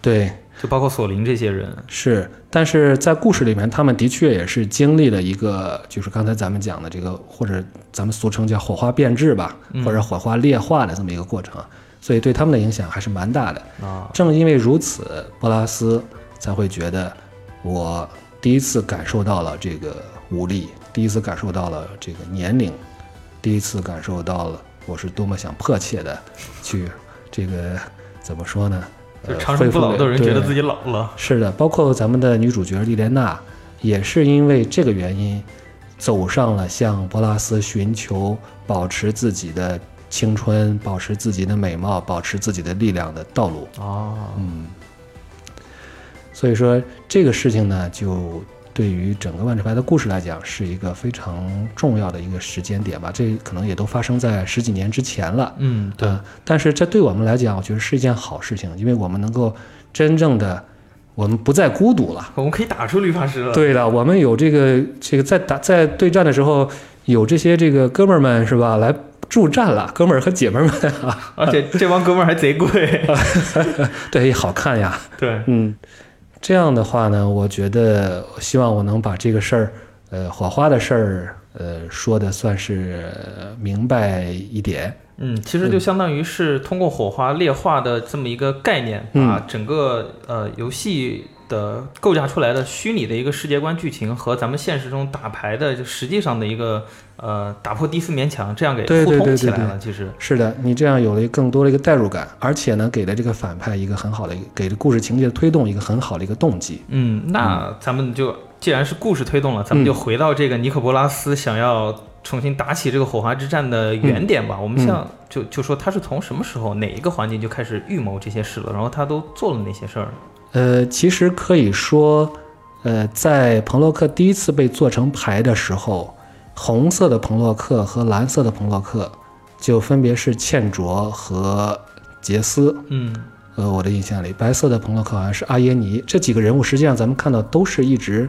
S2: 对，
S1: 就包括索林这些人。
S2: 是，但是在故事里面，他们的确也是经历了一个，就是刚才咱们讲的这个，或者咱们俗称叫火花变质吧，
S1: 嗯
S2: 或者火花裂化的这么一个过程，所以对他们的影响还是蛮大的。
S1: 啊，
S2: 正因为如此，波拉斯才会觉得我第一次感受到了这个无力，第一次感受到了这个年龄，第一次感受到了我是多么想迫切的去这个怎么说呢？
S1: 就
S2: 呃
S1: 是长生不老的人觉得自。
S2: 恢复了对
S1: 己老了。
S2: 是的，包括咱们的女主角莉莲娜，也是因为这个原因，走上了向波拉斯寻求保持自己的青春、保持自己的美貌、保持自己的力量的道路。
S1: 哦，
S2: 嗯所以说这个事情呢，就对于整个万智牌的故事来讲，是一个非常重要的一个时间点吧。这可能也都发生在十几年之前了。
S1: 嗯，对，
S2: 呃但是这对我们来讲，我觉得是一件好事情，因为我们能够真正的，我们不再孤独了。
S1: 我们可以打出律法师了。
S2: 对了，我们有这个这个在打在对战的时候，有这些这个哥们儿们是吧，来助战了，哥们儿和姐们儿们啊，
S1: 而且这帮哥们儿还贼 贵。
S2: 对，好看呀。
S1: 对，
S2: 嗯，这样的话呢，我觉得希望我能把这个事儿，呃，火花的事儿，呃，说的算是呃明白一点。
S1: 嗯，其实就相当于是通过火花裂化的这么一个概念，
S2: 嗯
S1: 把整个呃游戏的构架出来的虚拟的一个世界观剧情和咱们现实中打牌的就实际上的一个呃打破第四面墙，这样给
S2: 对
S1: 互
S2: 对
S1: 通
S2: 对
S1: 起来
S2: 对
S1: 了。其实，
S2: 是的，你这样有了一个更多的一个代入感，而且呢，给了这个反派一个很好的一个，给了故事情节的推动一个很好的一个动机。
S1: 嗯，那咱们就既然是故事推动了，咱
S2: 嗯
S1: 们就回到这个尼可波拉斯想要重新打起这个火花之战的
S2: 嗯
S1: 原点吧。我们像就就说他是从什么时候哪一个环节就开始预谋这些事了，然后他都做了哪些事儿呢？
S2: 呃，其实可以说，呃，在彭洛克第一次被做成牌的时候，红色的彭洛克和蓝色的彭洛克就分别是茜卓和杰斯。
S1: 嗯，
S2: 呃，我的印象里，白色的彭洛克好像是阿耶尼这几个人物，实际上咱们看到都是一直，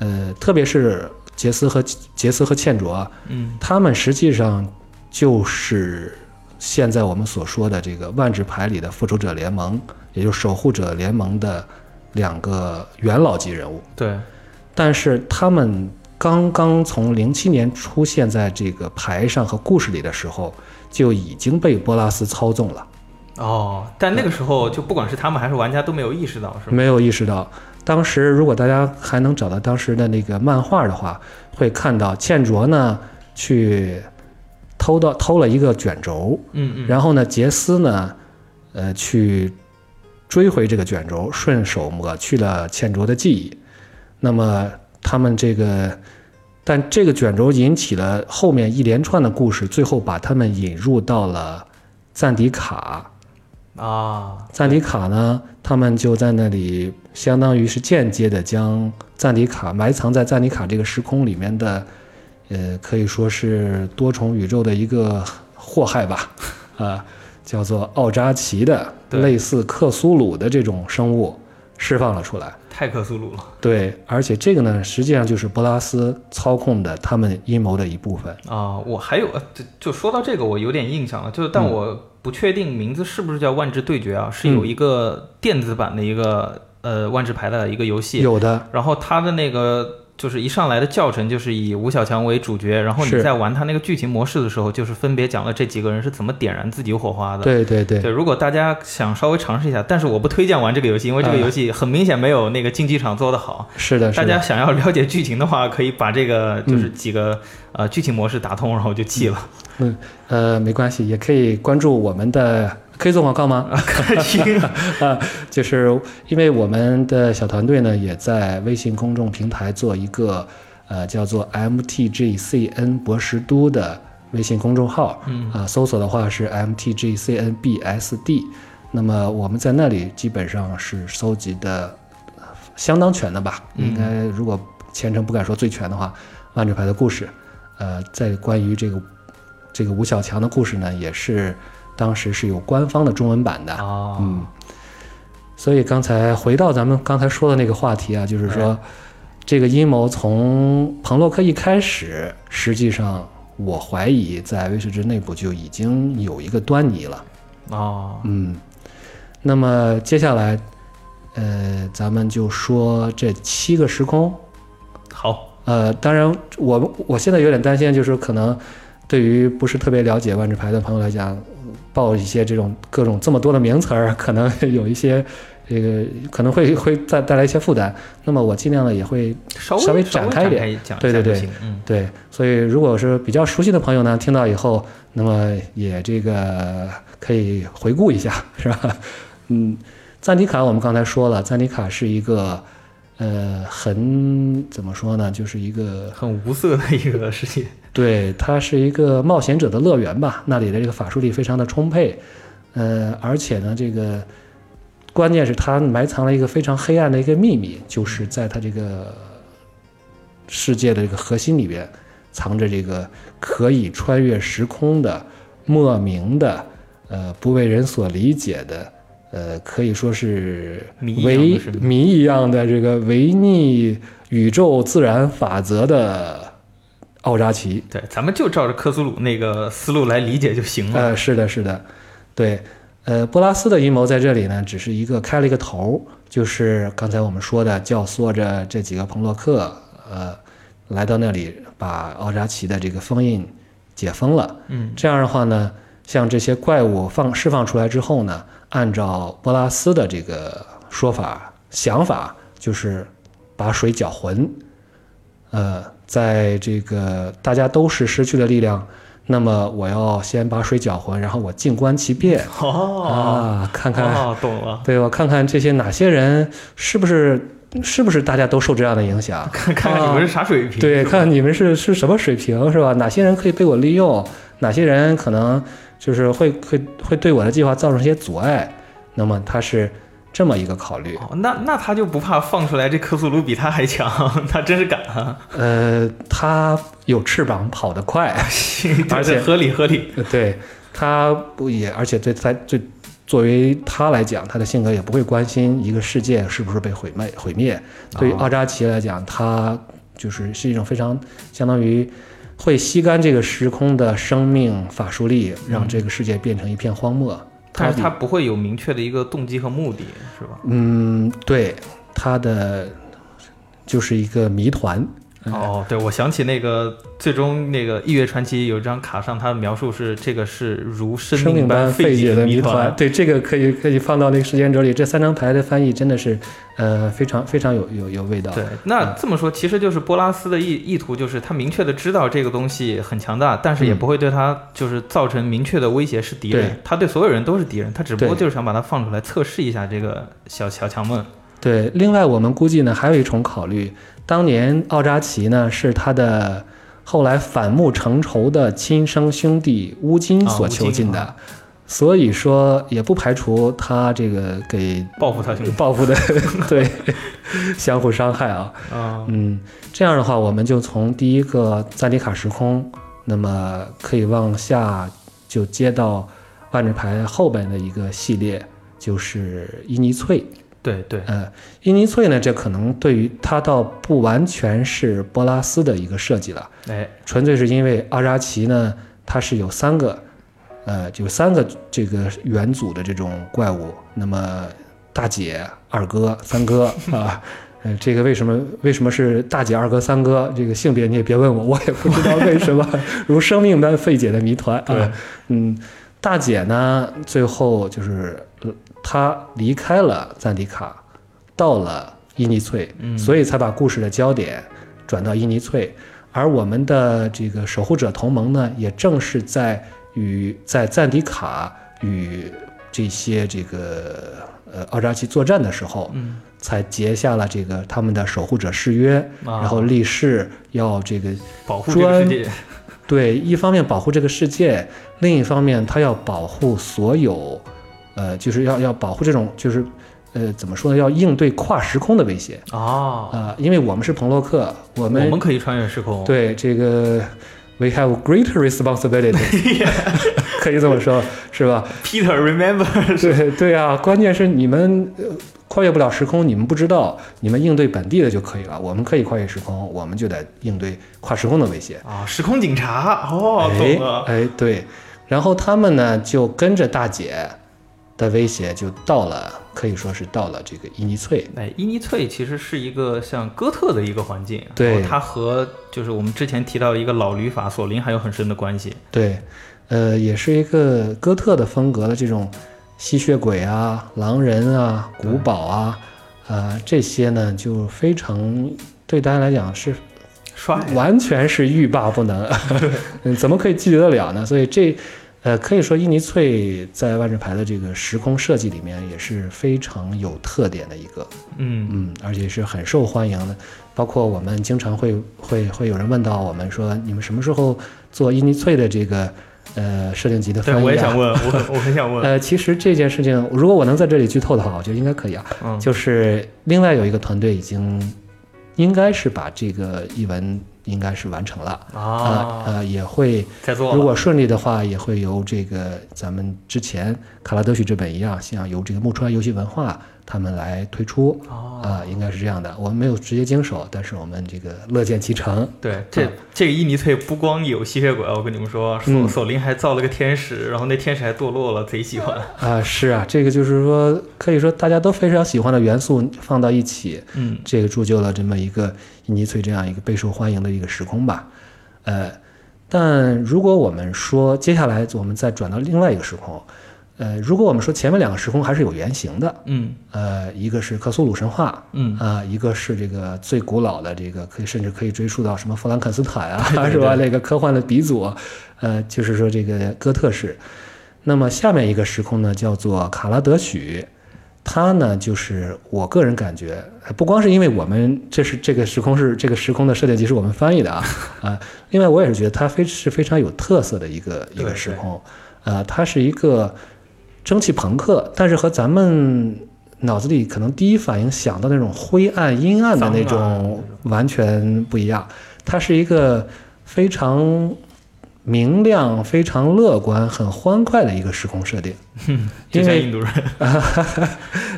S2: 呃，特别是杰斯和杰斯和茜卓啊，
S1: 嗯
S2: 他们实际上就是现在我们所说的这个万智牌里的复仇者联盟，也就是守护者联盟的两个元老级人物。
S1: 对，
S2: 但是他们刚刚从零七年出现在这个牌上和故事里的时候，就已经被波拉斯操纵了，
S1: 哦，但那个时候就不管是他们还是玩家都没有意识到，是吗？
S2: 没有意识到。当时如果大家还能找到当时的那个漫画的话，会看到倩卓呢去偷到偷了一个卷轴，
S1: 嗯嗯，
S2: 然后呢杰斯呢，呃去追回这个卷轴，顺手抹去了倩卓的记忆。那么他们这个，但这个卷轴引起了后面一连串的故事，最后把他们引入到了赞迪卡。
S1: 啊，
S2: 赞迪卡呢，他们就在那里，相当于是间接的将赞迪卡埋藏在赞迪卡这个时空里面的，呃，可以说是多重宇宙的一个祸害吧， 啊、叫做奥扎奇的
S1: 对
S2: 类似克苏鲁的这种生物释放了出来。
S1: 太克苏鲁了
S2: 对，而且这个呢，实际上就是波拉斯操控的他们阴谋的一部分。
S1: 啊！我还有，呃就就说到这个，我有点印象了，就是但我不确定名字是不是叫《万智对决》啊，是有一个电子版的一个呃万智牌的一个游戏，
S2: 有的，
S1: 然后它的那个。就是一上来的教程就是以吴小强为主角，然后你
S2: 是
S1: 在玩他那个剧情模式的时候，就是分别讲了这几个人是怎么点燃自己火花的。
S2: 对对对，
S1: 对，如果大家想稍微尝试一下，但是我不推荐玩这个游戏，因为这个
S2: 啊
S1: 游戏很明显没有那个竞技场做得好。
S2: 是的，
S1: 大
S2: 呃是
S1: 家
S2: 的，
S1: 想要了解剧情的话，可以把这个就是几个、
S2: 嗯
S1: 呃剧情模式打通，然后就弃了。
S2: 呃，没关系，也可以关注我们的，可以做广告吗？
S1: 开
S2: 嗯
S1: 心
S2: 就是因为我们的小团队呢，也在微信公众平台做一个呃叫做 MTGCN 博时都的微信公众号，
S1: 嗯
S2: 啊、搜索的话是 MTGCNBSD，那么我们在那里基本上是搜集的呃相当全的吧，
S1: 嗯
S2: 应该如果前程不敢说最全的话，万智牌的故事，呃，在关于这个这个吴小强的故事呢，也是当时是有官方的中文版的，
S1: 啊，
S2: 嗯，所以刚才回到咱们刚才说的那个话题啊，就是说，这个阴谋从彭洛克一开始，实际上我怀疑在威士忌内部就已经有一个端倪了。
S1: 哦，
S2: 嗯，那么接下来，呃，咱们就说这七个时空。
S1: 好，
S2: 呃，当然我，我现在有点担心，就是可能对于不是特别了解万智牌的朋友来讲，报一些这种各种这么多的名词儿，可能有一些这个可能会会带带来一些负担。那么我尽量的也会
S1: 稍微
S2: 稍微
S1: 展
S2: 展开一点
S1: 点，讲一下
S2: 对对
S1: 就
S2: 对
S1: 行，嗯，
S2: 对，所以如果是比较熟悉的朋友呢，听到以后，那么也这个可以回顾一下， 是吧？嗯，赞迪卡我们刚才说了，赞迪卡是一个呃很怎么说呢，就是一个
S1: 很无色的一个事 情，
S2: 对，它是一个冒险者的乐园吧，那里的这个法术力非常的充沛，呃，而且呢，这个关键是它埋藏了一个非常黑暗的一个秘密，就是在它这个世界的这个核心里边，藏着这个可以穿越时空的、莫名的、呃不为人所理解的。呃，可以说是
S1: 谜一样的
S2: 唯
S1: 是吗
S2: 谜一样的这个违逆宇宙自然法则的奥扎奇。
S1: 对，咱们就照着克苏鲁那个思路来理解就行了。
S2: 呃，是的，是的，对，呃，波拉斯的阴谋在这里呢，只是一个开了一个头，就是刚才我们说的教唆着这几个彭洛克，呃，来到那里把奥扎奇的这个封印解封了。
S1: 嗯
S2: 这样的话呢，像这些怪物放释放出来之后呢，按照波拉斯的这个说法想法，就是把水搅浑。呃，在这个大家都是失去了力量，那么我要先把水搅浑，然后我静观其变、
S1: 哦，
S2: 啊，看看，
S1: 哦，懂了，
S2: 对我看看这些哪些人是不是是不是大家都受这样的影响，
S1: 看看看你们是啥水平？
S2: 对，
S1: 是吧
S2: 看你们是是什么水平是吧？哪些人可以被我利用，哪些人可能就是会会会对我的计划造成一些阻碍。那么他是这么一个考虑，
S1: 哦，那那他就不怕放出来这克苏鲁比他还强， 他真是敢 啊！
S2: 呃，他有翅膀跑得快，而且
S1: 合理合理，
S2: 对他不也，而且对他对作为他来讲，他的性格也不会关心一个世界是不是被毁灭毁灭。对于
S1: 哦
S2: 奥扎奇来讲，他就是是一种非常相当于会吸干这个时空的生命法术力，让这个世界变成一片荒漠。
S1: 但是
S2: 比
S1: 它不会有明确的一个动机和目的，是吧？
S2: 嗯，对，它的就是一个谜团。
S1: 哦，对，我想起那个最终那个《异月传奇》有一张卡上，它的描述是这个是如生
S2: 生命
S1: 般
S2: 费
S1: 解
S2: 的
S1: 谜
S2: 团，。对这个可以可以放到那个时间轴里。这三张牌的翻译真的是，呃，非常非常有有有味道。
S1: 对，那这么说，其实就是波拉斯的意意图，就是他明确的知道这个东西很强大，但是也
S2: 嗯
S1: 不会对他就是造成明确的威胁，是敌人。
S2: 对
S1: 他对所有人都是敌人，他只不过
S2: 对
S1: 就是想把它放出来测试一下这个小小强们。
S2: 对，另外我们估计呢，还有一重考虑，当年奥扎奇呢是他的后来反目成仇的亲生兄弟乌金
S1: 啊乌
S2: 所囚
S1: 金
S2: 禁的，
S1: 啊
S2: 所以说也不排除他这个给
S1: 报复他兄弟
S2: 报复的 对相互伤害啊。
S1: 啊，
S2: 嗯，这样的话，我们就从第一个赞迪卡时空，那么可以往下就接到万智牌后边的一个系列，就是伊尼翠。
S1: 对对，
S2: 呃，伊尼翠呢，这可能对于它倒不完全是波拉斯的一个设计了，
S1: 哎，
S2: 纯粹是因为阿扎奇呢，它是有三个，呃，有三个这个元祖的这种怪物。那么大姐、二哥、三哥啊，呃，这个为什么为什么是大姐、二哥、三哥？这个性别你也别问我， 我也不知道为什么，如生命般费解的谜团
S1: 对
S2: 啊。嗯，大姐呢，最后就是呃她离开了赞迪卡，到了伊尼翠，
S1: 嗯
S2: 所以才把故事的焦点转到伊尼翠。而我们的这个守护者同盟呢，也正是在与在赞迪卡与这些这个呃奥扎奇作战的时候，
S1: 嗯，
S2: 才结下了这个他们的守护者誓约，
S1: 啊
S2: 然后立誓要这个
S1: 保护这个世
S2: 专
S1: 界，
S2: 对，一方面保护这个世界，另一方面他要保护所有，呃，就是要要保护这种就是呃怎么说呢，要应对跨时空的威胁
S1: 哦，
S2: 啊、因为我们是朋洛克，我
S1: 我
S2: 们
S1: 可以穿越时空，
S2: 对这个 we have greater responsibility，可以这么说，是 吧？
S1: ，Peter remember，
S2: 对对啊，关键是你们呃跨越不了时空，你们不知道，你们应对本地的就可以了。我们可以跨越时空，我们就得应对跨时空的威胁。
S1: 啊，时空警察，哦，懂了，
S2: 哎哎，对，然后他们呢就跟着大姐的威胁就到了，可以说是到了这个伊尼翠。
S1: 哎，伊尼翠其实是一个像哥特的一个环境，
S2: 对
S1: 然后它和就是我们之前提到的一个老旅法索林还有很深的关系。
S2: 对，呃，也是一个哥特的风格的这种吸血鬼啊、狼人啊、古堡啊，呃，这些呢就非常对大家来讲是
S1: 帅，
S2: 完全是欲罢不能， 嗯，怎么可以拒绝得了呢？所以这，呃，可以说伊尼翠在万智牌的这个时空设计里面也是非常有特点的一个，
S1: 嗯，
S2: 嗯，而且是很受欢迎的。包括我们经常会会会有人问到我们说，你们什么时候做伊尼翠的这个呃设定集的
S1: 对，
S2: 翻
S1: 我也
S2: 译
S1: 想
S2: 啊？
S1: 问，我很我很想 问，
S2: 呃，其实这件事情，如果我能在这里剧透的话，我觉得应该可以啊。
S1: 嗯，
S2: 就是另外有一个团队已经应该是把这个译文应该是完成了。啊
S1: 啊，
S2: 呃，也会，
S1: 在做
S2: 如
S1: 了，
S2: 果顺利的话，也会由这个咱们之前卡拉德许这本一样，像由这个木川游戏文化他们来推出
S1: 哦，
S2: 啊、应该是这样的。我们没有直接经手，但是我们这个乐见其成。
S1: 对，这这个伊尼翠不光有吸血鬼，啊我跟你们说，索
S2: 嗯
S1: 索林还造了个天使，然后那天使还堕落了，贼喜欢。
S2: 啊、是啊，这个就是说，可以说大家都非常喜欢的元素放到一起，
S1: 嗯，
S2: 这个铸就了这么一个印尼翠这样一个备受欢迎的一个时空吧。呃，但如果我们说接下来我们再转到另外一个时空，呃，如果我们说前面两个时空还是有原型的，
S1: 嗯
S2: 呃，一个是克苏鲁神话啊、
S1: 嗯，
S2: 一个是这个最古老的这个可以甚至可以追溯到什么弗兰肯斯坦啊，
S1: 对对
S2: 是吧？那个科幻的鼻祖，呃，就是说这个哥特式。那么下面一个时空呢，叫做卡拉德许，它呢就是我个人感觉，呃不光是因为我们这是这个时空是这个时空的设定集是我们翻译的啊啊，另外我也是觉得它非是非常有特色的一个一
S1: 对
S2: 个时
S1: 对
S2: 空，呃，它是一个蒸汽朋克，但是和咱们脑子里可能第一反应想到那种灰暗阴暗的那
S1: 脏啊那
S2: 种
S1: 种
S2: 完全不一样，它是一个非常明亮、非常乐观、很欢快的一个时空设定。
S1: 就
S2: 因
S1: 像
S2: 为
S1: 印度人，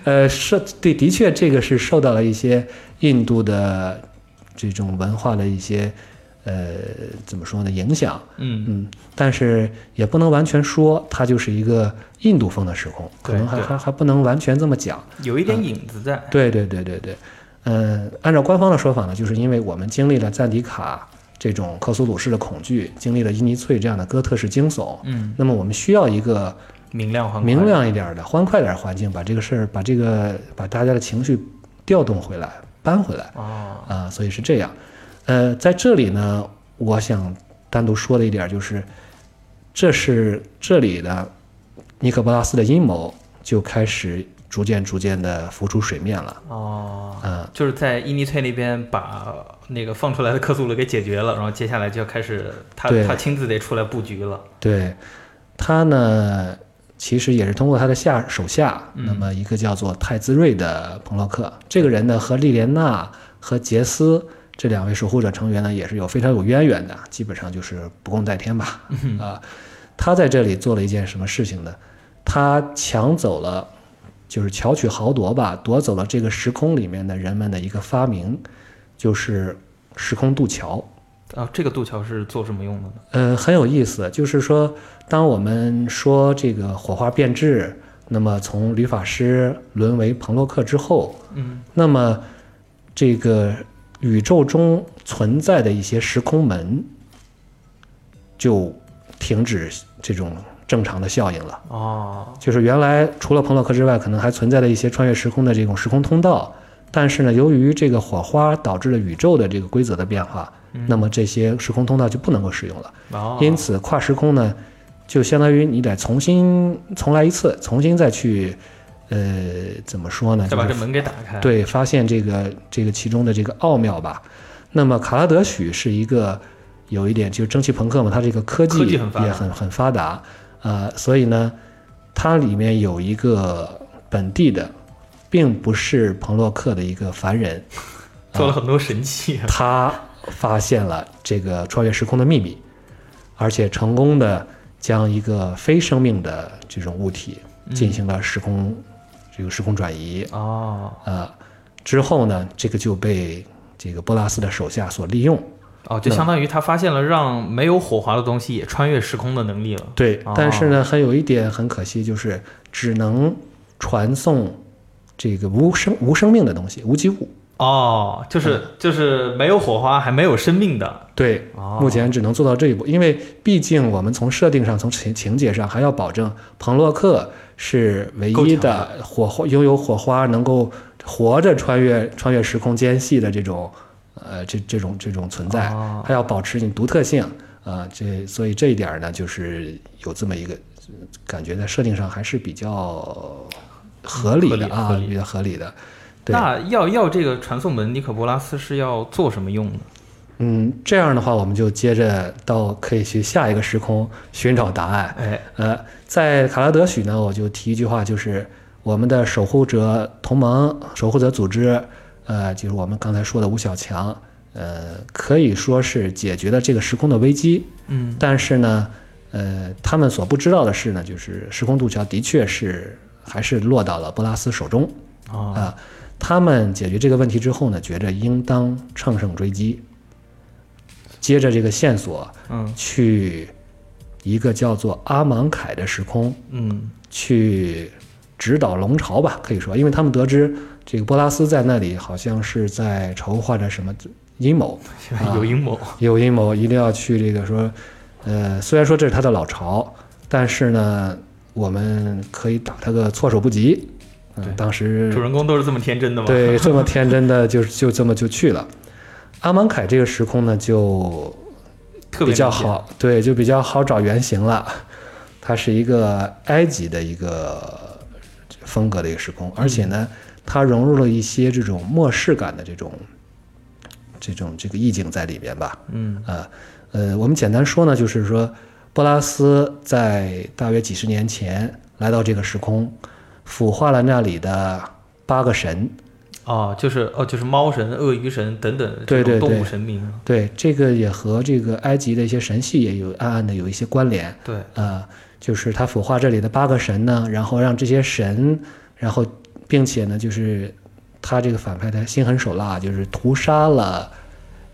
S2: 呃，受对，的确，这个是受到了一些印度的这种文化的一些呃，怎么说呢？影响，
S1: 嗯，
S2: 嗯，但是也不能完全说它就是一个印度风的时空，可
S1: 对
S2: 能还
S1: 对
S2: 还还不能完全这么讲。
S1: 有一
S2: 啊
S1: 点影子在，
S2: 对对对对对，嗯，按照官方的说法呢，就是因为我们经历了赞迪卡这种克苏鲁式的恐惧，经历了伊尼翠这样的哥特式惊悚，
S1: 嗯，
S2: 那么我们需要一个
S1: 明亮黄，
S2: 明，亮一点儿的、欢快点儿的环境，把这个事儿、把这个、把大家的情绪调动回来、搬回来
S1: 哦，
S2: 啊、所以是这样。呃，在这里呢，我想单独说的一点儿就是，这是这里的尼可波拉斯的阴谋就开始逐渐逐渐的浮出水面了
S1: 哦，
S2: 啊、
S1: 就是在伊尼翠那边把那个放出来的克苏鲁给解决了，然后接下来就要开始他
S2: 对
S1: 他亲自得出来布局了，
S2: 对，他呢，其实也是通过他的下手下，
S1: 嗯
S2: 那么一个叫做泰兹瑞的彭洛克，这个人呢和莉莲娜和杰斯这两位守护者成员呢也是有非常有渊源的，基本上就是不共戴天吧。啊、他在这里做了一件什么事情呢？他抢走了。就是巧取豪夺吧，夺走了这个时空里面的人们的一个发明，就是时空渡桥。
S1: 啊，这个渡桥是做什么用的呢？
S2: 呃，很有意思，就是说，当我们说这个火花变质，那么从吕法师沦为彭洛克之后，
S1: 嗯，
S2: 那么这个宇宙中存在的一些时空门就停止这种正常的效应了。
S1: 哦，
S2: 就是原来除了彭洛克之外，可能还存在了一些穿越时空的这种时空通道，但是呢，由于这个火花导致了宇宙的这个规则的变化，那么这些时空通道就不能够使用了。
S1: 哦，
S2: 因此，跨时空呢，就相当于你得重新重来一次，重新再去，呃，怎么说呢？
S1: 哦再
S2: 就
S1: 把
S2: 是
S1: 这门给打开，，
S2: 对，发现这个这个其中的这个奥妙吧。那么卡拉德许是一个有一点就是蒸汽朋克嘛，它这个科技
S1: 科技很发达
S2: 也很很发达，呃，所以呢，它里面有一个本地的，并不是彭洛克的一个凡人，
S1: 做了很多神器，啊
S2: 他发现了这个穿越时空的秘密，而且成功的将一个非生命的这种物体进行了时空、这个时空转移
S1: 哦，
S2: 啊、呃之后呢，这个就被这个波拉斯的手下所利用。
S1: 哦，就相当于他发现了让没有火花的东西也穿越时空的能力了，
S2: 对
S1: 哦，
S2: 但是呢，还有一点很可惜，就是只能传送这个无生无生命的东西，无机物。
S1: 哦，
S2: 嗯
S1: 就是就是没有火花还没有生命的，
S2: 对，
S1: 哦，
S2: 目前只能做到这一步，因为毕竟我们从设定上、从情情节上还要保证彭洛克是唯
S1: 够
S2: 一
S1: 强
S2: 的火花拥有火花能够活着穿越穿越时空间隙的这种呃这这种这种存在，
S1: 哦
S2: 还要保持你独特性啊、这所以这一点儿呢，就是有这么一个呃感觉，在设定上还是比较合理的啊，
S1: 合理合理
S2: 比较合理的。对。
S1: 那要要这个传送门，尼可波拉斯是要做什么用的？
S2: 嗯，这样的话，我们就接着到可以去下一个时空寻找答案。
S1: 哎，
S2: 呃，在卡拉德许呢，我就提一句话，就是我们的守护者同盟、守护者组织，呃，就是我们刚才说的吴小强，呃，可以说是解决了这个时空的危机。
S1: 嗯，
S2: 但是呢，呃，他们所不知道的是呢，就是时空渡桥的确是还是落到了波拉斯手中啊、
S1: 哦，
S2: 他们解决这个问题之后呢，觉着应当乘胜追击，接着这个线索
S1: 嗯
S2: 去一个叫做阿芒凯的时空
S1: 嗯，
S2: 去指导龙巢吧，可以说，因为他们得知这个波拉斯在那里好像是在筹划着什么阴谋，啊
S1: 有阴谋，
S2: 有阴谋，一定要去这个说，呃，虽然说这是他的老巢，但是呢，我们可以打他个措手不及。嗯
S1: 对，
S2: 当时
S1: 主人公都是这么天真的吗？，
S2: 对，这么天真的就就这么就去了。阿芒凯这个时空呢，就
S1: 特别
S2: 比较
S1: 明显，
S2: 好，对，就比较好找原型了。它是一个埃及的一个风格的一个时空，而且呢，
S1: 嗯
S2: 它融入了一些这种末世感的这种这种这个意境在里面吧。
S1: 嗯
S2: 啊，呃，我们简单说呢，就是说，波拉斯在大约几十年前来到这个时空，腐化了那里的八个神。
S1: 哦，就是哦，就是猫神、鳄鱼神等等这
S2: 对
S1: 种
S2: 对
S1: 动物
S2: 对
S1: 神明，啊
S2: 对，这个也和这个埃及的一些神系也有暗暗的有一些关联。
S1: 对，
S2: 呃，就是他腐化这里的八个神呢，然后让这些神，然后并且呢，就是他这个反派他心狠手辣，就是屠杀了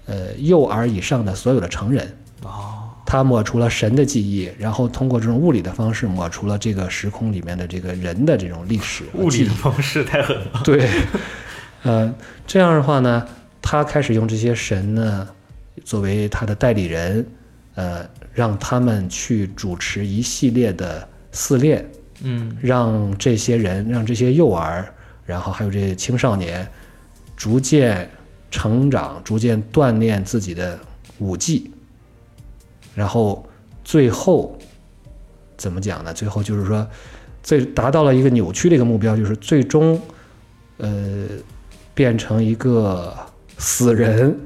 S2: 呃幼儿以上的所有的成人。
S1: 哦，
S2: 他抹除了神的记忆，然后通过这种物理的方式抹除了这个时空里面的这个人的这种历史和
S1: 物理
S2: 记忆
S1: 的。方式太狠了。
S2: 对，呃，这样的话呢，他开始用这些神呢作为他的代理人，呃，让他们去主持一系列的试炼，
S1: 嗯
S2: 让这些人，让这些幼儿，然后还有这些青少年，逐渐成长，逐渐锻炼自己的武技，然后最后怎么讲呢？最后就是说，最达到了一个扭曲的一个目标，就是最终，呃，变成一个死人。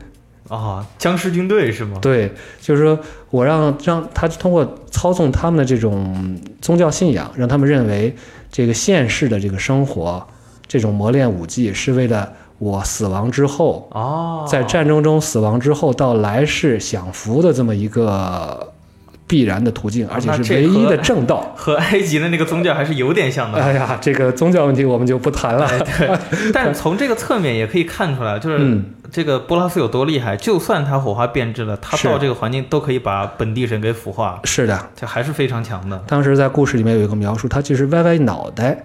S1: 啊，僵尸军队是吗？
S2: 对，就是说我让让他通过操纵他们的这种宗教信仰，让他们认为这个现世的这个生活，这种磨练武技是为了我死亡之后，
S1: 哦，
S2: 在战争中死亡之后到来世享福的这么一个必然的途径，而且
S1: 哦那
S2: 是
S1: 这
S2: 唯一
S1: 和嗯
S2: 的 正道。
S1: 和埃及的那个宗教还是有点像的。
S2: 哎呀，这个宗教问题我们就不谈
S1: 哎
S2: 了。
S1: 但从这个侧面也可以看出来，就是
S2: 嗯
S1: 这个波拉斯有多厉害。就算他火花变质了，他
S2: 是
S1: 到这个环境都可以把本地神给腐化，
S2: 是的，
S1: 这还是非常强的。
S2: 当时在故事里面有一个描述，他就是歪歪脑袋，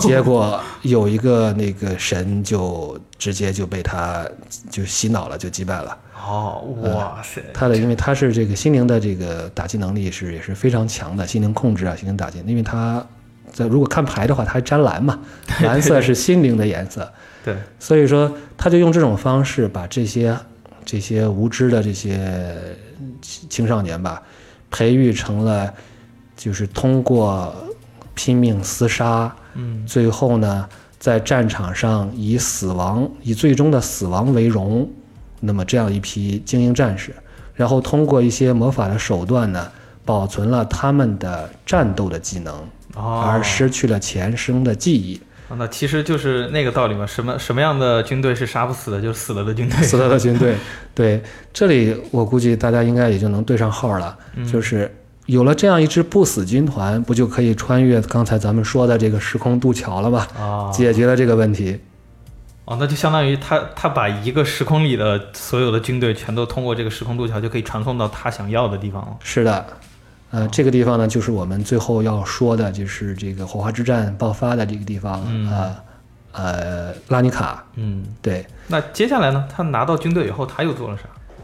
S2: 结果有一个那个神就直接就被他就洗脑了，就击败了
S1: 哦，哇塞！
S2: 他的，因为他是这个心灵的这个打击能力是也是非常强的，心灵控制啊，心灵打击，因为他在如果看牌的话，他还沾蓝嘛，蓝色是心灵的颜色，
S1: 对，
S2: 所以说他就用这种方式把这些这些无知的这些青青少年吧，培育成了就是通过拼命厮杀，
S1: 嗯，
S2: 最后呢在战场上以死亡以最终的死亡为荣，那么这样一批精英战士，然后通过一些魔法的手段呢。保存了他们的战斗的技能，
S1: 哦，
S2: 而失去了前生的记忆。
S1: 啊那其实就是那个道理嘛。什么什么样的军队是杀不死的，就是死了的军队。
S2: 斯特勒军队。 对，这里我估计大家应该也就能对上号了，就是。有了这样一支不死军团，不就可以穿越刚才咱们说的这个时空渡桥了吗？
S1: 啊，
S2: 解决了这个问题。
S1: 哦，那就相当于他他把一个时空里的所有的军队全都通过这个时空渡桥就可以传送到他想要的地方了。
S2: 是的，呃，这个地方呢，就是我们最后要说的，就是这个火花之战爆发的这个地方，
S1: 嗯
S2: 呃，呃，拉尼卡。
S1: 嗯，
S2: 对，
S1: 那接下来呢？他拿到军队以后，他又做了啥？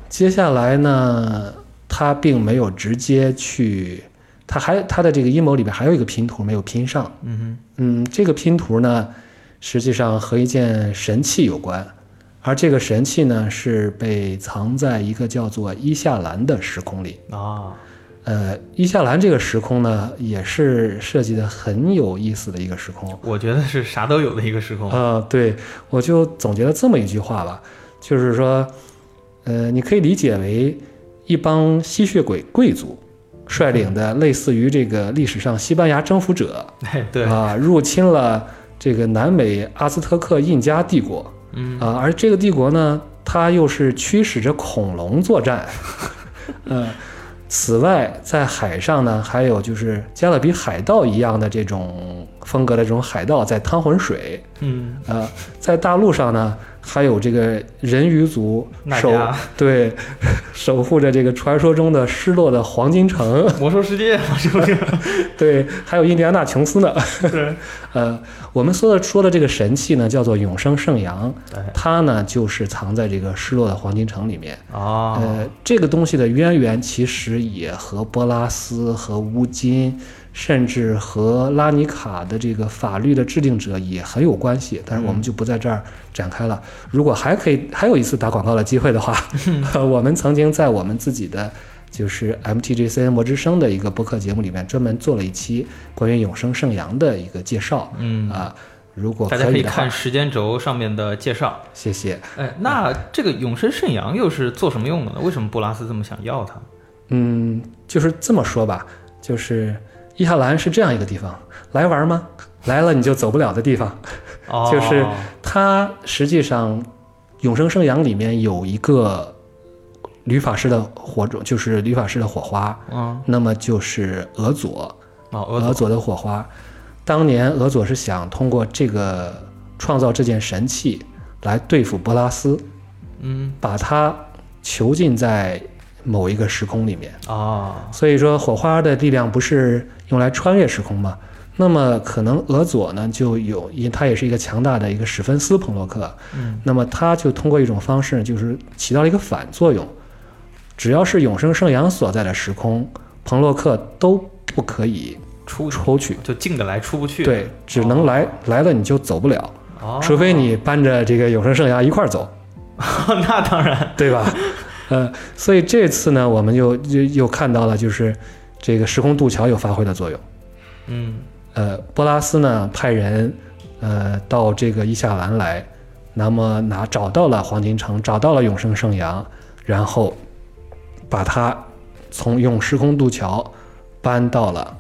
S2: 接下来呢，他并没有直接去，他还他的这个阴谋里边还有一个拼图没有拼上，
S1: 嗯
S2: 嗯，这个拼图呢，实际上和一件神器有关，而这个神器呢是被藏在一个叫做伊夏兰的时空里。
S1: 哼，啊，
S2: 呃，伊夏兰这个时空呢，也是设计的很有意思的一个时空。
S1: 我觉得是啥都有的一个时空。
S2: 啊、对，我就总结了这么一句话吧，就是说，呃，你可以理解为一帮吸血鬼贵族率领的类似于这个历史上西班牙征服者，
S1: 哎，对，
S2: 啊，入侵了这个南美阿兹特克印加帝国
S1: 嗯，
S2: 啊，而这个帝国呢，它又是驱使着恐龙作 战，呃，此外在海上呢，还有就是加勒比海盗一样的这种风格的这种海盗在趟浑水，
S1: 嗯，
S2: 呃，在大陆上呢，还有这个人鱼族
S1: 那
S2: 守
S1: 家
S2: 对守护着这个传说中的失落的黄金城，
S1: 魔兽世界嘛，是 不是？
S2: 对，还有印第安纳琼斯呢。
S1: 对，
S2: 呃，我们说的说的这个神器呢，叫做永生圣阳
S1: 对，
S2: 它呢就是藏在这个失落的黄金城里面。
S1: 哦，
S2: 呃，这个东西的渊源其实也和波拉斯、和乌金，甚至和拉尼卡的这个法律的制定者也很有关系，但是我们就不在这儿展开了。如果还可以还有一次打广告的机会 的话，我们曾经在我们自己的。就是 MTGCN 魔之声的一个播客节目里面专门做了一期关于永生圣阳的一个介绍，
S1: 嗯，
S2: 啊，如果
S1: 大家
S2: 可
S1: 可
S2: 以
S1: 以
S2: 的话
S1: 看，时间轴上面的介绍。
S2: 谢谢。
S1: 哎，那这个永生圣阳又是做什么用的呢？为什么布拉斯这么想要它？
S2: 嗯，就是这么说吧，就是伊夏兰是这样一个地方，来玩吗？来了你就走不了的地方。
S1: 哦，
S2: 就是它实际上《永生圣阳》里面有一个吕法师的火种，就是吕法师的火花，
S1: 嗯，
S2: 那么就是俄佐，
S1: 哦，俄
S2: 俄
S1: 佐，
S2: 佐的火花。当年俄佐是想通过这个创造这件神器来对付波拉斯，
S1: 嗯，
S2: 把他囚禁在某一个时空里面。
S1: 啊，
S2: 所以说，火花的力量不是用来穿越时空嘛？那么可能俄佐呢就有，因他也是一个强大的一个史芬斯朋洛克，
S1: 嗯
S2: 那么他就通过一种方式，就是起到了一个反作用。只要是永生圣阳所在的时空，彭洛克都不可以
S1: 出
S2: 抽去，
S1: 就进得来出不去，
S2: 对，只能来来了你就走不了，
S1: 哦，
S2: 除非你搬着这个永生圣阳一块儿走，
S1: 那当然，
S2: 对 吧？呃，所以这次呢，我们又又又看到了，就是这个时空渡桥又发挥了作用。
S1: 嗯
S2: 呃，波拉斯呢派人呃到这个伊夏兰来，那么拿找到了黄金城，找到了永生圣阳，然后把他从用时空渡桥搬到了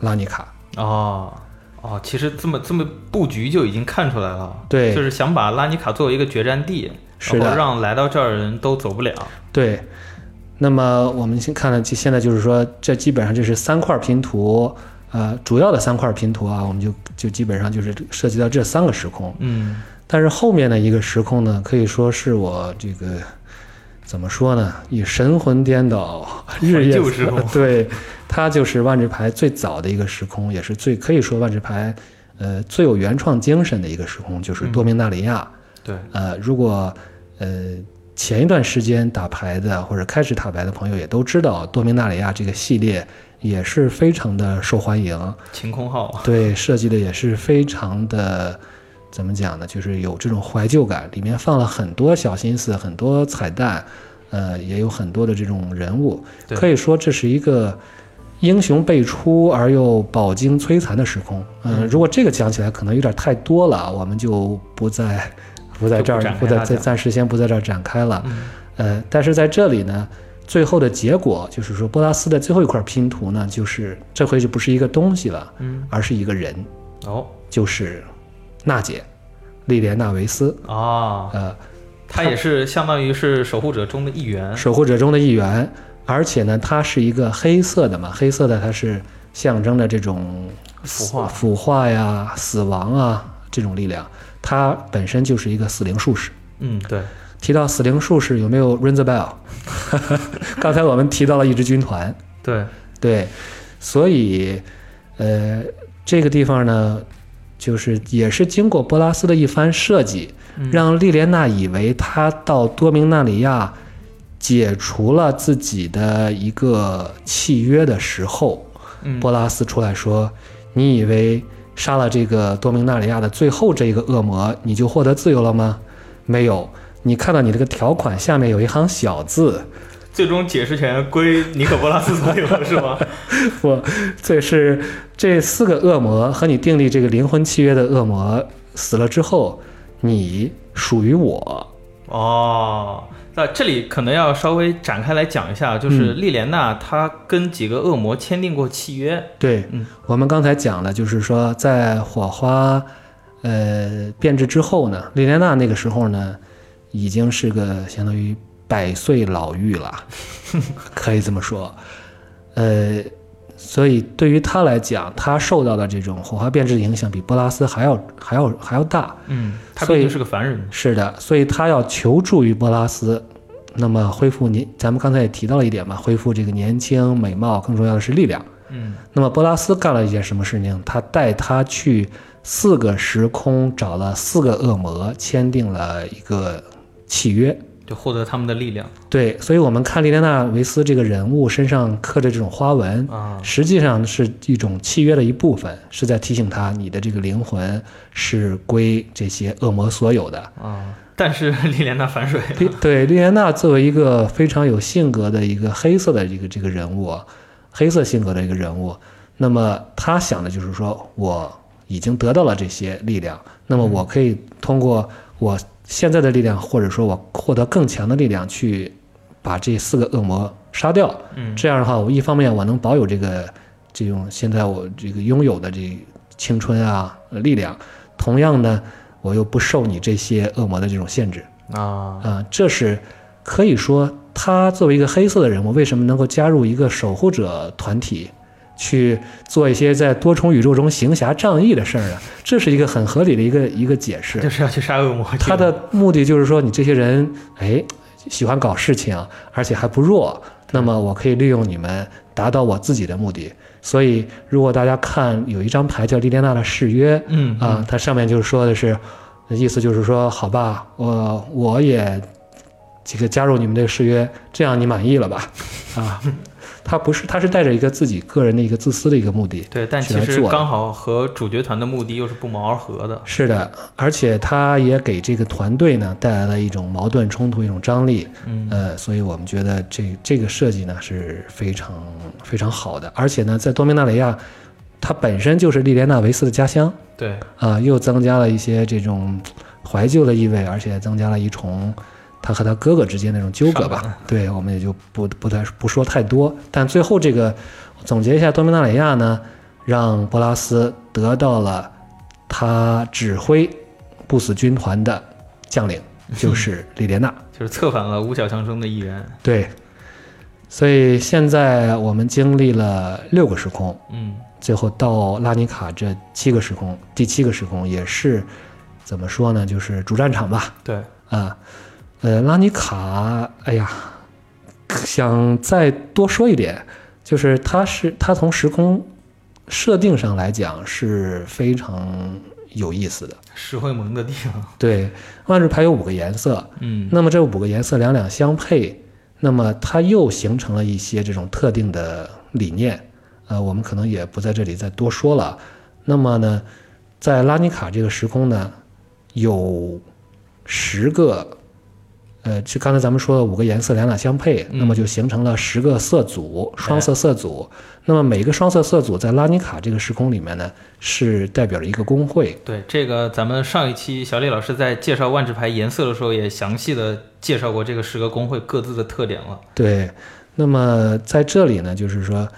S2: 拉尼卡。
S1: 哦。哦，其实这么这么布局就已经看出来了，
S2: 对
S1: 就是想把拉尼卡作为一个决战地，
S2: 是
S1: 然后
S2: 的，
S1: 让来到这儿的人都走不了。
S2: 对。那么我们先看了，现在就是说，这基本上这是三块拼图，呃，主要的三块拼图啊，我们就就基本上就是涉及到这三个时空。
S1: 嗯
S2: 但是后面的一个时空呢，可以说是我这个怎么说呢，以神魂颠倒，日夜
S1: 旧时空
S2: 对，它就是万智牌最早的一个时空，也是最可以说万智牌呃最有原创精神的一个时空，就是多明纳里亚。，
S1: 对，
S2: 呃，如果呃前一段时间打牌的或者开始打牌的朋友也都知道，多明纳里亚这个系列也是非常的受欢迎。
S1: 晴空号，
S2: 对，设计的也是非常的，怎么讲呢？就是有这种怀旧感，里面放了很多小心思，很多彩蛋，呃，也有很多的这种人物，
S1: 对
S2: 可以说这是一个英雄辈出而又饱经摧残的时空。嗯、
S1: 嗯
S2: 如果这个讲起来可能有点太多了，我们就不再不在
S1: 就
S2: 这
S1: 不
S2: 儿
S1: 展，
S2: 不
S1: 开
S2: 在
S1: 它
S2: 暂
S1: 讲
S2: 暂时先不在这儿展开了。
S1: 嗯
S2: 呃，但是在这里呢，最后的结果就是说，波拉斯的最后一块拼图呢，就是这回就不是一个东西了，
S1: 嗯，
S2: 而是一个人，
S1: 哦
S2: 就是娜姐，莉莲娜维斯，
S1: 啊，
S2: 呃，
S1: 他也是相当于是守护者中的一员，
S2: 守护者中的一员。而且呢，它是一个黑色的嘛，黑色的它是象征着这种
S1: 腐化
S2: 腐化呀、死亡啊这种力量。它本身就是一个死灵术士。
S1: 嗯，对，
S2: 提到死灵术士，有没有 Ring the Bell？刚才我们提到了一支军团，
S1: 对，
S2: 对，所以呃，这个地方呢，就是也是经过波拉斯的一番设计，
S1: 嗯
S2: 让莉莲娜以为她到多明纳里亚解除了自己的一个契约的时候，
S1: 嗯，
S2: 波拉斯出来说：“你以为杀了这个多明纳里亚的最后这一个恶魔，你就获得自由了吗？没有。”你看到你这个条款下面有一行小字，
S1: 最终解释权归尼可波拉斯所有，是吗？
S2: 我这是这四个恶魔和你订立这个灵魂契约的恶魔死了之后，你属于我。
S1: 哦，那这里可能要稍微展开来讲一下，就是莉莲娜她跟几个恶魔签订过契约，
S2: 对，
S1: 嗯
S2: 我们刚才讲了，就是说在火花呃变质之后呢，莉莲娜那个时候呢，已经是个相当于百岁老妪了，可以这么说。呃，所以对于她来讲，她受到的这种火花变质的影响比波拉斯还要还要还要大。
S1: 嗯，她
S2: 所
S1: 毕
S2: 以
S1: 竟是个凡人，
S2: 是的，所以他要求助于波拉斯，那么恢复年，咱们刚才也提到了一点嘛，恢复这个年轻美貌，更重要的是力量。
S1: 嗯，
S2: 那么波拉斯干了一件什么事情？他带他去四个时空，找了四个恶魔，签订了一个契约。
S1: 就获得他们的力量
S2: 对，所以我们看莉莲娜维斯这个人物身上刻着这种花纹，
S1: 啊，
S2: 实际上是一种契约的一部分，是在提醒他，你的这个灵魂是归这些恶魔所有的。
S1: 啊，但是 莉莲娜反水，
S2: 莉 对莉莲娜作为一个非常有性格的一个黑色的这个这个人物，啊，黑色性格的一个人物，那么她想的就是说，我已经得到了这些力量，那么我可以通过我现在的力量，或者说我获得更强的力量，去把这四个恶魔杀掉。
S1: 嗯
S2: 这样的话，我一方面我能保有这个这种现在我这个拥有的这青春啊呃力量，同样呢，我又不受你这些恶魔的这种限制。
S1: 啊，
S2: 啊、这是可以说他作为一个黑色的人物，为什么能够加入一个守护者团体，去做一些在多重宇宙中行侠仗义的事儿呢？这是一个很合理的一个一个解释
S1: 就。是要去杀恶魔去了，
S2: 他的目的就是说，你这些人，哎，喜欢搞事情，而且还不弱，那么我可以利用你们达到我自己的目的。所以，如果大家看有一张牌叫《莉莲娜的誓约》，
S1: 嗯
S2: 啊，它上面就是说的是，意思就是说，好吧，我我也这个加入你们这个誓约，这样你满意了吧？啊，他不是，他是带着一个自己个人的一个自私的一个目的。
S1: 对，但
S2: 是
S1: 其
S2: 来
S1: 实
S2: 做的
S1: 刚好和主角团的目的又是不谋而合的。
S2: 是的，而且他也给这个团队呢带来了一种矛盾冲突、一种张力。
S1: 嗯
S2: 呃，所以我们觉得这这个设计呢是非常非常好的，而且呢，在多明纳雷亚，它本身就是莉莲娜维斯的家乡
S1: 对，
S2: 啊、又增加了一些这种怀旧的意味，而且增加了一重他和他哥哥之间那种纠葛
S1: 上
S2: 吧。对，我们也就不不太不说太多，但最后这个总结一下，多明纳雷亚呢，让波拉斯得到了他指挥不死军团的将领，就是莉莲娜。
S1: 就是策反了五小强中的一员。
S2: 对，所以现在我们经历了六个时空，
S1: 嗯，
S2: 最后到拉尼卡这七个时空，第七个时空也是怎么说呢？就是主战场吧，
S1: 对，
S2: 啊，呃，拉尼卡，哎呀，想再多说一点，就是它是它从时空设定上来讲是非常有意思的。
S1: 石灰盟的地方。
S2: 对，万智牌有五个颜色，
S1: 嗯
S2: 那么这五个颜色两两相配，那么它又形成了一些这种特定的理念，呃，我们可能也不在这里再多说了。那么呢，在拉尼卡这个时空呢，有十个，呃，就刚才咱们说的五个颜色两两相配，
S1: 嗯
S2: 那么就形成了十个色组，双色色组。那么每个双色色组在拉尼卡这个时空里面呢，是代表着一个工会。
S1: 对，这个咱们上一期小李老师在介绍万智牌颜色的时候，也详细的介绍过这个十个工会各自的特点了。
S2: 对，那么在这里呢，就是说，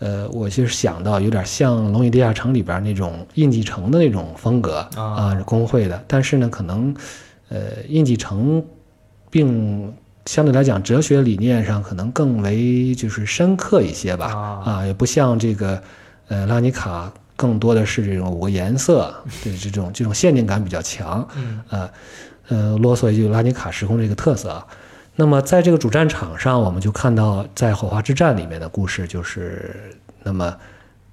S2: 呃，我就是想到有点像《龙与地下城》里边那种印记城的那种风格
S1: 啊
S2: 啊、工会的。但是呢，可能呃，印记城并相对来讲哲学理念上可能更为就是深刻一些吧，
S1: 啊
S2: 啊，也不像这个呃拉尼卡。更多的是这种五个颜色的这种这种限定感比较强，
S1: 嗯
S2: 呃，呃，啰嗦一句拉尼卡时空这个特色啊。那么在这个主战场上，我们就看到在火花之战里面的故事，就是那么，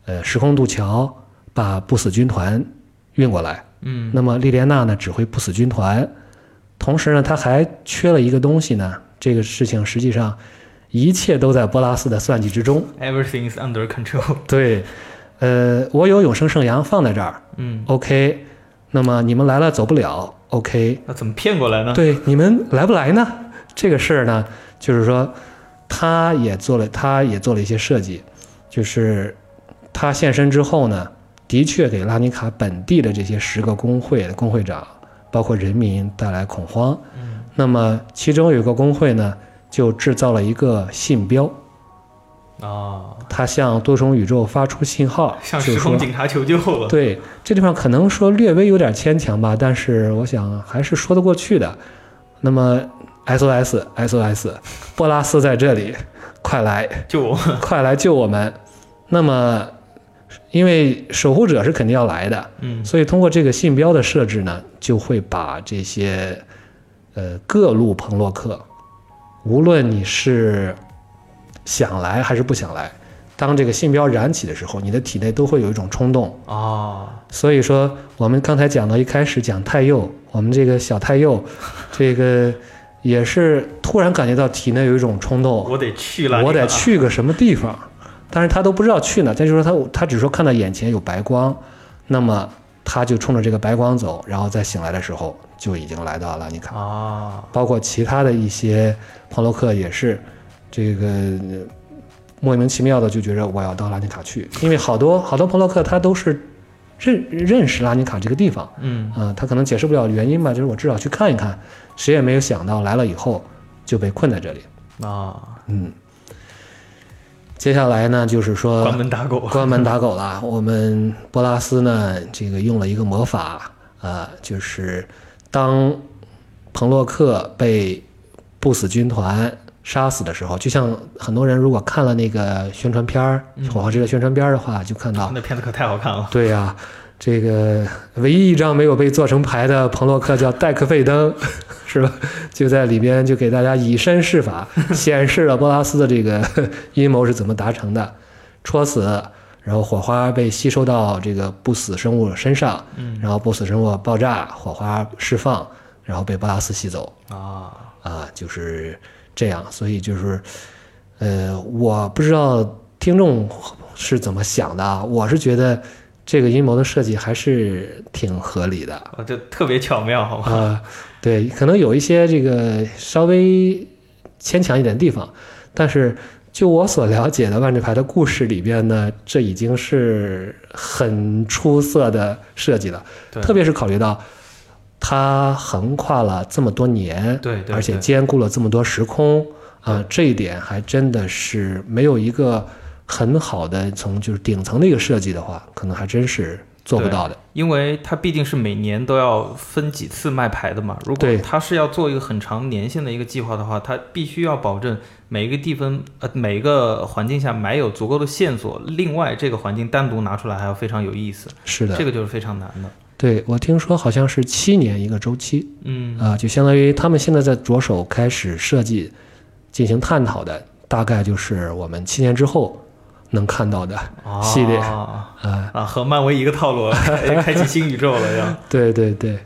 S2: 呃，时空渡桥把不死军团运过来，
S1: 嗯，
S2: 那么莉莲娜呢指挥不死军团，同时呢，她还缺了一个东西呢。这个事情实际上一切都在波拉斯的算计之中。
S1: Everything's under control。
S2: 对，呃，我有永生圣阳放在这儿
S1: 嗯，
S2: ，OK。那么你们来了走不了，OK。
S1: 那怎么骗过来呢？
S2: 对，你们来不来呢？这个事儿呢，就是说，他也做了，他也做了一些设计，就是他现身之后呢，的确给拉尼卡本地的这些十个工会的工会长，包括人民带来恐慌。
S1: 嗯
S2: 那么其中有一个工会呢，就制造了一个信标，
S1: 啊，
S2: 他向多重宇宙发出信号，
S1: 向
S2: 就
S1: 时
S2: 是
S1: 空
S2: 说。
S1: 警察求救 了。
S2: 对，这地方可能说略微有点牵强吧，但是我想还是说得过去的。那么 SOS SOS，波拉斯在这里，快来
S1: 就我们，
S2: 快来救我们！那么，因为守护者是肯定要来的，
S1: 嗯
S2: 所以通过这个信标的设置呢，就会把这些呃各路朋洛克，无论你是想来还是不想来，当这个信标燃起的时候，你的体内都会有一种冲动。
S1: 啊，
S2: 所以说，我们刚才讲到一开始讲太幼，我们这个小太幼，这个也是突然感觉到体内有一种冲动，
S1: 我得去了，
S2: 我
S1: 这
S2: 得
S1: 个啊。
S2: 去个什么地方，但是他都不知道去哪，再就是说他他只说看到眼前有白光，那么他就冲着这个白光走，然后在醒来的时候就已经来到了尼卡。
S1: 啊，
S2: 包括其他的一些朋洛克也是，这个呃莫名其妙的就觉着我要到拉尼卡去，因为好多好多朋洛克他都是认认识拉尼卡这个地方
S1: 嗯
S2: 啊、他可能解释不了原因吧，就是我至少去看一看，谁也没有想到来了以后就被困在这里，
S1: 啊，
S2: 嗯。接下来呢，就是说
S1: 关门打狗。
S2: 关门打狗了。我们波拉斯呢，这个用了一个魔法啊、就是当彭洛克被不死军团杀死的时候，就像很多人如果看了那个宣传片儿
S1: 嗯
S2: 《火花之的宣传片儿的话，就看到
S1: 那片子可太好看了。
S2: 对呀、这个唯一一张没有被做成牌的朋洛克叫戴克费登， 是吧？就在里边就给大家以身试法，显示了波拉斯的这个 阴谋是怎么达成的，戳死，然后火花被吸收到这个不死生物身上，
S1: 嗯
S2: 然后不死生物爆炸，火花释放，然后被波拉斯吸走。
S1: 啊，
S2: 啊，就是这样。所以就是，呃，我不知道听众是怎么想的啊，我是觉得这个阴谋的设计还是挺合理的
S1: 哦就特别巧妙，好吧？
S2: 啊。对，可能有一些这个稍微牵强一点的地方，但是。就我所了解的万智牌的故事里边呢，这已经是很出色的设计了，
S1: 对，
S2: 特别是考虑到它横跨了这么多年，
S1: 对对，
S2: 而且
S1: 对
S2: 兼顾了这么多时空啊，这一点还真的是没有一个很好的从就是顶层的一个设计的话，可能还真是做不到的。
S1: 因为它毕竟是每年都要分几次卖牌的嘛。如果
S2: 对
S1: 它是要做一个很长年限的一个计划的话，它必须要保证每一个地方呃每一个环境下埋有足够的线索，另外这个环境单独拿出来还要非常有意思，
S2: 是的，
S1: 这个就是非常难的。
S2: 对我听说好像是七年一个周期
S1: 嗯，
S2: 啊，就相当于他们现在在着手开始设计、进行探讨的，大概就是我们七年之后能看到的
S1: 啊
S2: 系列
S1: 啊，
S2: 啊。
S1: 和漫威一个套路， 哎开开启新宇宙了要。
S2: 对对对，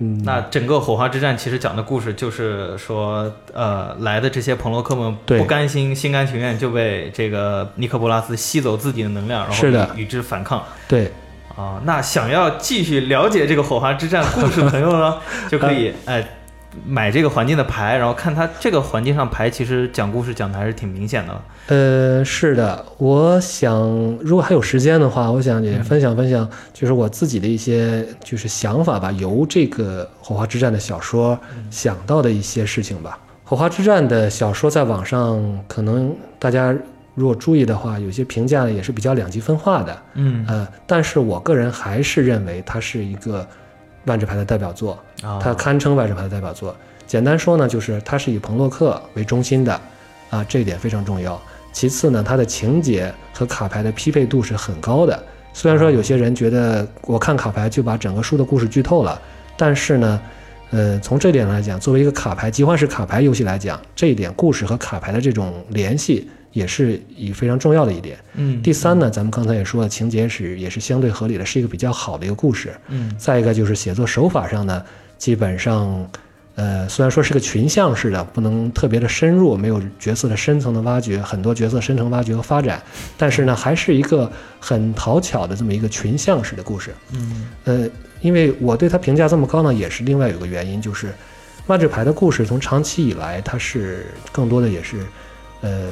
S2: 嗯，
S1: 那整个火花之战其实讲的故事就是说，呃，来的这些朋洛克们
S2: 对
S1: 不甘心，心甘情愿就被这个尼克波拉斯吸走自己的能量，然后
S2: 是的
S1: 与与之反抗。
S2: 对
S1: 啊，那想要继续了解这个火花之战故事的朋友 呢，就可以
S2: 嗯
S1: 哎、买这个环境的牌，然后看它这个环境上牌其实讲故事讲的还是挺明显的。
S2: 呃，是的，我想如果还有时间的话，我想也分享分享，就是我自己的一些就是想法吧，由这个《火花之战》的小说想到的一些事情吧。《火花之战》的小说在网上可能大家如果注意的话，有些评价也是比较两极分化的，
S1: 嗯
S2: 呃，但是我个人还是认为它是一个万智牌的代表作，
S1: 啊，
S2: 它堪称万智牌的代表作。简单说呢，就是它是以彭洛克为中心的，啊，这一点非常重要。其次呢，它的情节和卡牌的匹配度是很高的。虽然说有些人觉得我看卡牌就把整个书的故事剧透了，但是呢，呃，从这点来讲，作为一个卡牌集幻式卡牌游戏来讲，这一点故事和卡牌的这种联系也是以非常重要的一点。
S1: 嗯
S2: 第三呢，咱们刚才也说了，情节是也是相对合理的，是一个比较好的一个故事。
S1: 嗯
S2: 再一个就是写作手法上呢，基本上，呃，虽然说是个群像式的，不能特别的深入，没有角色的深层的挖掘，很多角色深层挖掘和发展，但是呢，还是一个很讨巧的这么一个群像式的故事。
S1: 嗯
S2: 呃，因为我对他评价这么高呢，也是另外有个原因，就是万智牌的故事从长期以来，它是更多的也是，呃，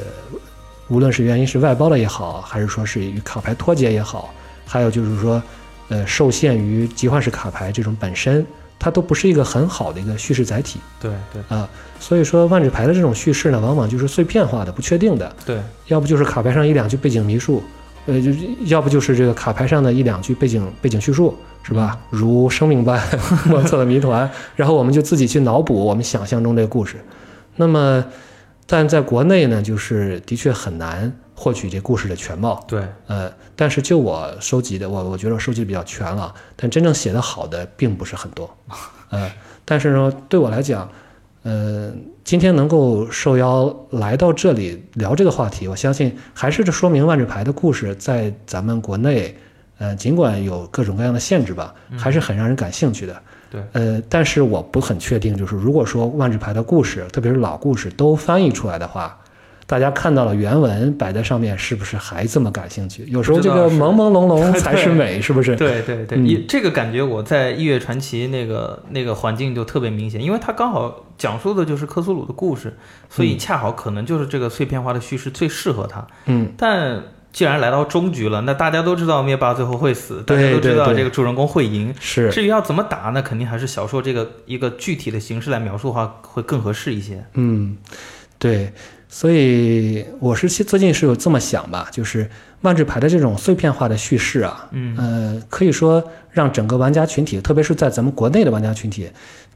S2: 无论是原因是外包的也好，还是说是与卡牌脱节也好，还有就是说，呃，受限于集幻式卡牌这种本身，它都不是一个很好的一个叙事载体。
S1: 对对
S2: 所以说，万智牌的这种叙事呢，往往就是碎片化的、不确定的，
S1: 对，
S2: 要不就是卡牌上一两句背景描述，呃，就要不就是这个卡牌上的一两句背景背景叙述，是吧？如生命般莫测的谜团，然后我们就自己去脑补我们想象中这个故事。那么，但在国内呢，就是的确很难获取这故事的全貌。
S1: 对
S2: 呃，但是就我收集的，我我觉得我收集的比较全了，但真正写的好的并不是 很多。呃，但是呢，对我来讲，呃，今天能够受邀来到这里聊这个话题，我相信还是这说明万智牌的故事在咱们国内，呃，尽管有各种各样的限制吧，还是很让人感兴趣的。
S1: 嗯对
S2: 呃，但是我不很确定，就是如果说万智牌的故事，特别是老故事都翻译出来的话，大家看到了原文摆在上面，是不是还这么感兴趣？有时候
S1: 不知
S2: 这
S1: 道
S2: 个
S1: 是
S2: 朦朦胧胧才是
S1: 对
S2: 美，是不 是？
S1: 对对对，
S2: 嗯
S1: 一、这个感觉我在《异月传奇》那个那个环境就特别明显，因为它刚好讲述的就是克苏鲁的故事，所以恰好可能就是这个碎片化的叙事最适合它。
S2: 嗯，
S1: 但既然来到终局了，那大家都知道灭霸最后会死，大
S2: 对
S1: 家都知道
S2: 对对
S1: 这个主人公会赢。
S2: 是
S1: 至于要怎么打，那肯定还是小说这个一个具体的形式来描述的话，会更合适一些。
S2: 嗯，对，所以我是现最近是有这么想吧，就是万智牌的这种碎片化的叙事啊，
S1: 嗯
S2: 呃，可以说让整个玩家群体，特别是在咱们国内的玩家群体，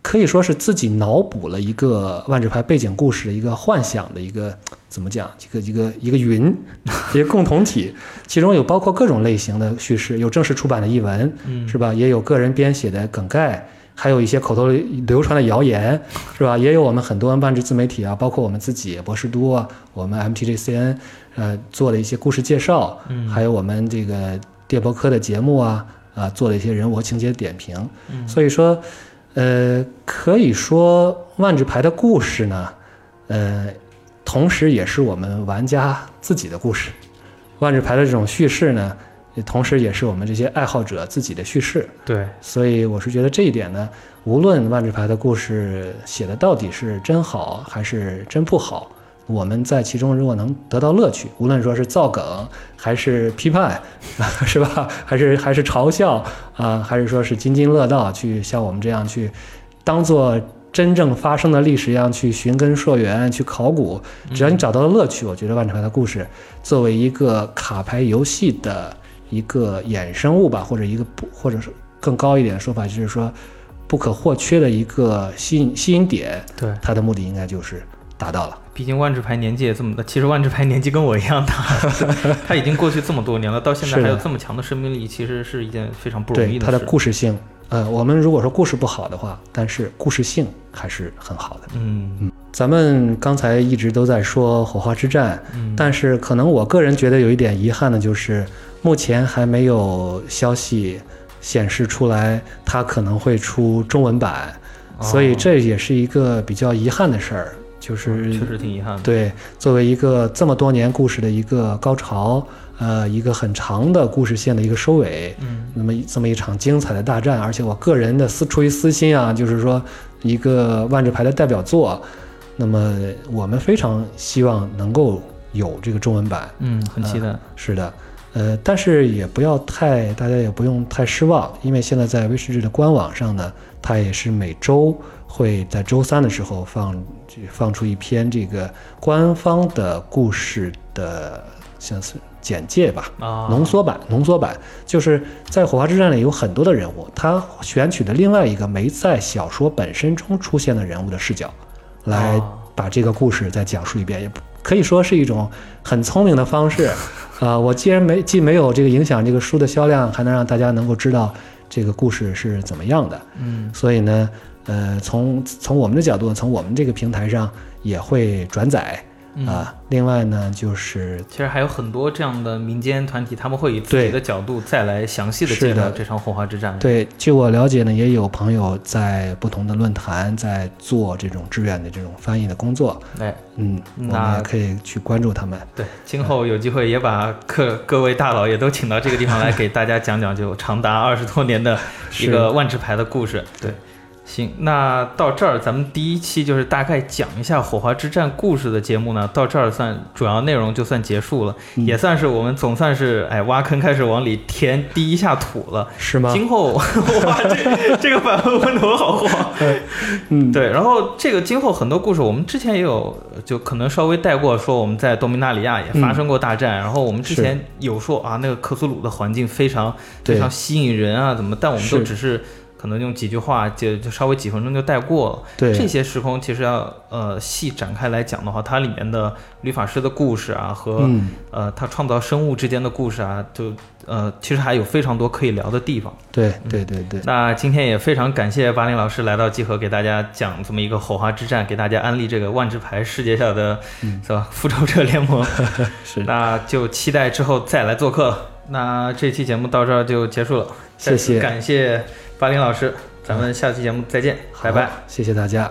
S2: 可以说是自己脑补了一个万智牌背景故事的一个幻想的一个怎么讲，一个一个一个云，一个共同体，其中有包括各种类型的叙事，有正式出版的译文，
S1: 嗯
S2: 是吧？也有个人编写的梗概，还有一些口头流传的谣言，是吧？也有我们很多万智自媒体啊，包括我们自己博士都啊，我们 MTGCN，呃，做的一些故事介绍，
S1: 嗯
S2: 还有我们这个电播科的节目啊，啊、做了一些人物和情节点评。
S1: 嗯
S2: 所以说，呃，可以说万智牌的故事呢，呃，同时也是我们玩家自己的故事。万智牌的这种叙事呢，也同时也是我们这些爱好者自己的叙事。
S1: 对，
S2: 所以我是觉得这一点呢，无论万智牌的故事写的到底是真好还是真不好，我们在其中如果能得到乐趣，无论说是造梗还是批判， 是吧？还是还是嘲笑啊、还是说是津津乐道，去像我们这样去当做。真正发生的历史一样去寻根溯源，去考古。只要你找到了乐趣，我觉得万智牌的故事作为一个卡牌游戏的一个衍生物吧，或者一个不，或者是更高一点的说法，就是说不可或缺的一个吸引吸引点，
S1: 对，
S2: 它的目的应该就是达到了。
S1: 毕竟万智牌年纪也这么大，其实万智牌年纪跟我一 样大，他已经过去这么多年了，到现在
S2: 是
S1: 还
S2: 的
S1: 有这么强的生命力，其实是一件非常不容易
S2: 对
S1: 的
S2: 它
S1: 事。
S2: 的故事性，呃，我们如果说故事不好的话，但是故事性还是很好的。
S1: 嗯
S2: 咱们刚才一直都在说《火花之战》，
S1: 嗯，
S2: 但是可能我个人觉得有一点遗憾的就是，目前还没有消息显示出来它可能会出中文版，
S1: 哦
S2: 所以这也是一个比较遗憾的事儿，就是
S1: 哦确实挺遗憾的。
S2: 嗯对，作为一个这么多年故事的一个高潮，呃，一个很长的故事线的一个收尾，
S1: 嗯
S2: 那么一这么一场精彩的大战，而且我个人的私出于私心啊，就是说一个万智牌的代表作，那么我们非常希望能够有这个中文版，
S1: 嗯，很期待。
S2: 是的，呃，但是也不要太，大家也不用太失望，因为现在在威士忌的官网上呢，它也是每周会在周三的时候放放出一篇这个官方的故事的，像是简介吧，
S1: 啊，
S2: 浓缩版，浓缩版就是在《火花之战》里有很多的人物，他选取的另外一个没在小说本身中出现的人物的视角，来
S1: 哦
S2: 把这个故事再讲述一遍，也不可以说是一种很聪明的 方式。啊、我既然没既没有这个影响这个书的销量，还能让大家能够知道这个故事是怎么样的。
S1: 嗯
S2: 所以呢，呃，从从我们的角度，从我们这个平台上也会转载
S1: 嗯
S2: 啊、另外呢，就是
S1: 其实还有很多这样的民间团体，他们会以自己
S2: 对
S1: 的角度再来详细的
S2: 是
S1: 介绍
S2: 的
S1: 这场火花之战。，
S2: 对，据我了解呢，也有朋友在不同的论坛在做这种志愿的这种翻译的工作。
S1: 哎，
S2: 嗯，我
S1: 那
S2: 们也可以去关注他们。
S1: 对，今后有机会也把各各位大佬也都请到这个地方 来，给大家讲讲就长达二十多年的一个万智牌的故事。对，行，那到这儿咱们第一期就是大概讲一下火花之战故事的节目呢，到这儿算主要内容就算结束了，
S2: 嗯
S1: 也算是我们总算是哎挖坑开始往里填第一下土了。
S2: 是吗？
S1: 今后 哇，这这个反问问头好晃。
S2: 嗯，
S1: 对，然后这个今后很多故事，我们之前也有，就可能稍微带过，说我们在多米纳里亚也
S2: 嗯
S1: 发生过大战。然后我们之前有说啊，那个克苏鲁的环境非常
S2: 对
S1: 非常吸引人啊，怎么？但我们都
S2: 是
S1: 只是可能用几句话，就就稍微几分钟就带过了。这
S2: 对，
S1: 些时空其实要呃细展开来讲的话，它里面的律法师的故事啊，和、
S2: 嗯，
S1: 呃他创造生物之间的故事啊，就呃其实还有非常多可以聊的地方。
S2: 对，
S1: 嗯
S2: 对，对，对，
S1: 那今天也非常感谢巴林老师来到集合，给大家讲这么一个火花之战，给大家安利这个万智牌世界下的、是吧复仇者联盟。
S2: 嗯 是。
S1: 那就期待之后再来做客了。那这期节目到这儿就结束了，再次
S2: 谢谢
S1: 感谢巴林老师，咱们下期节目再见，拜
S2: 好
S1: 拜。，
S2: 谢谢大家。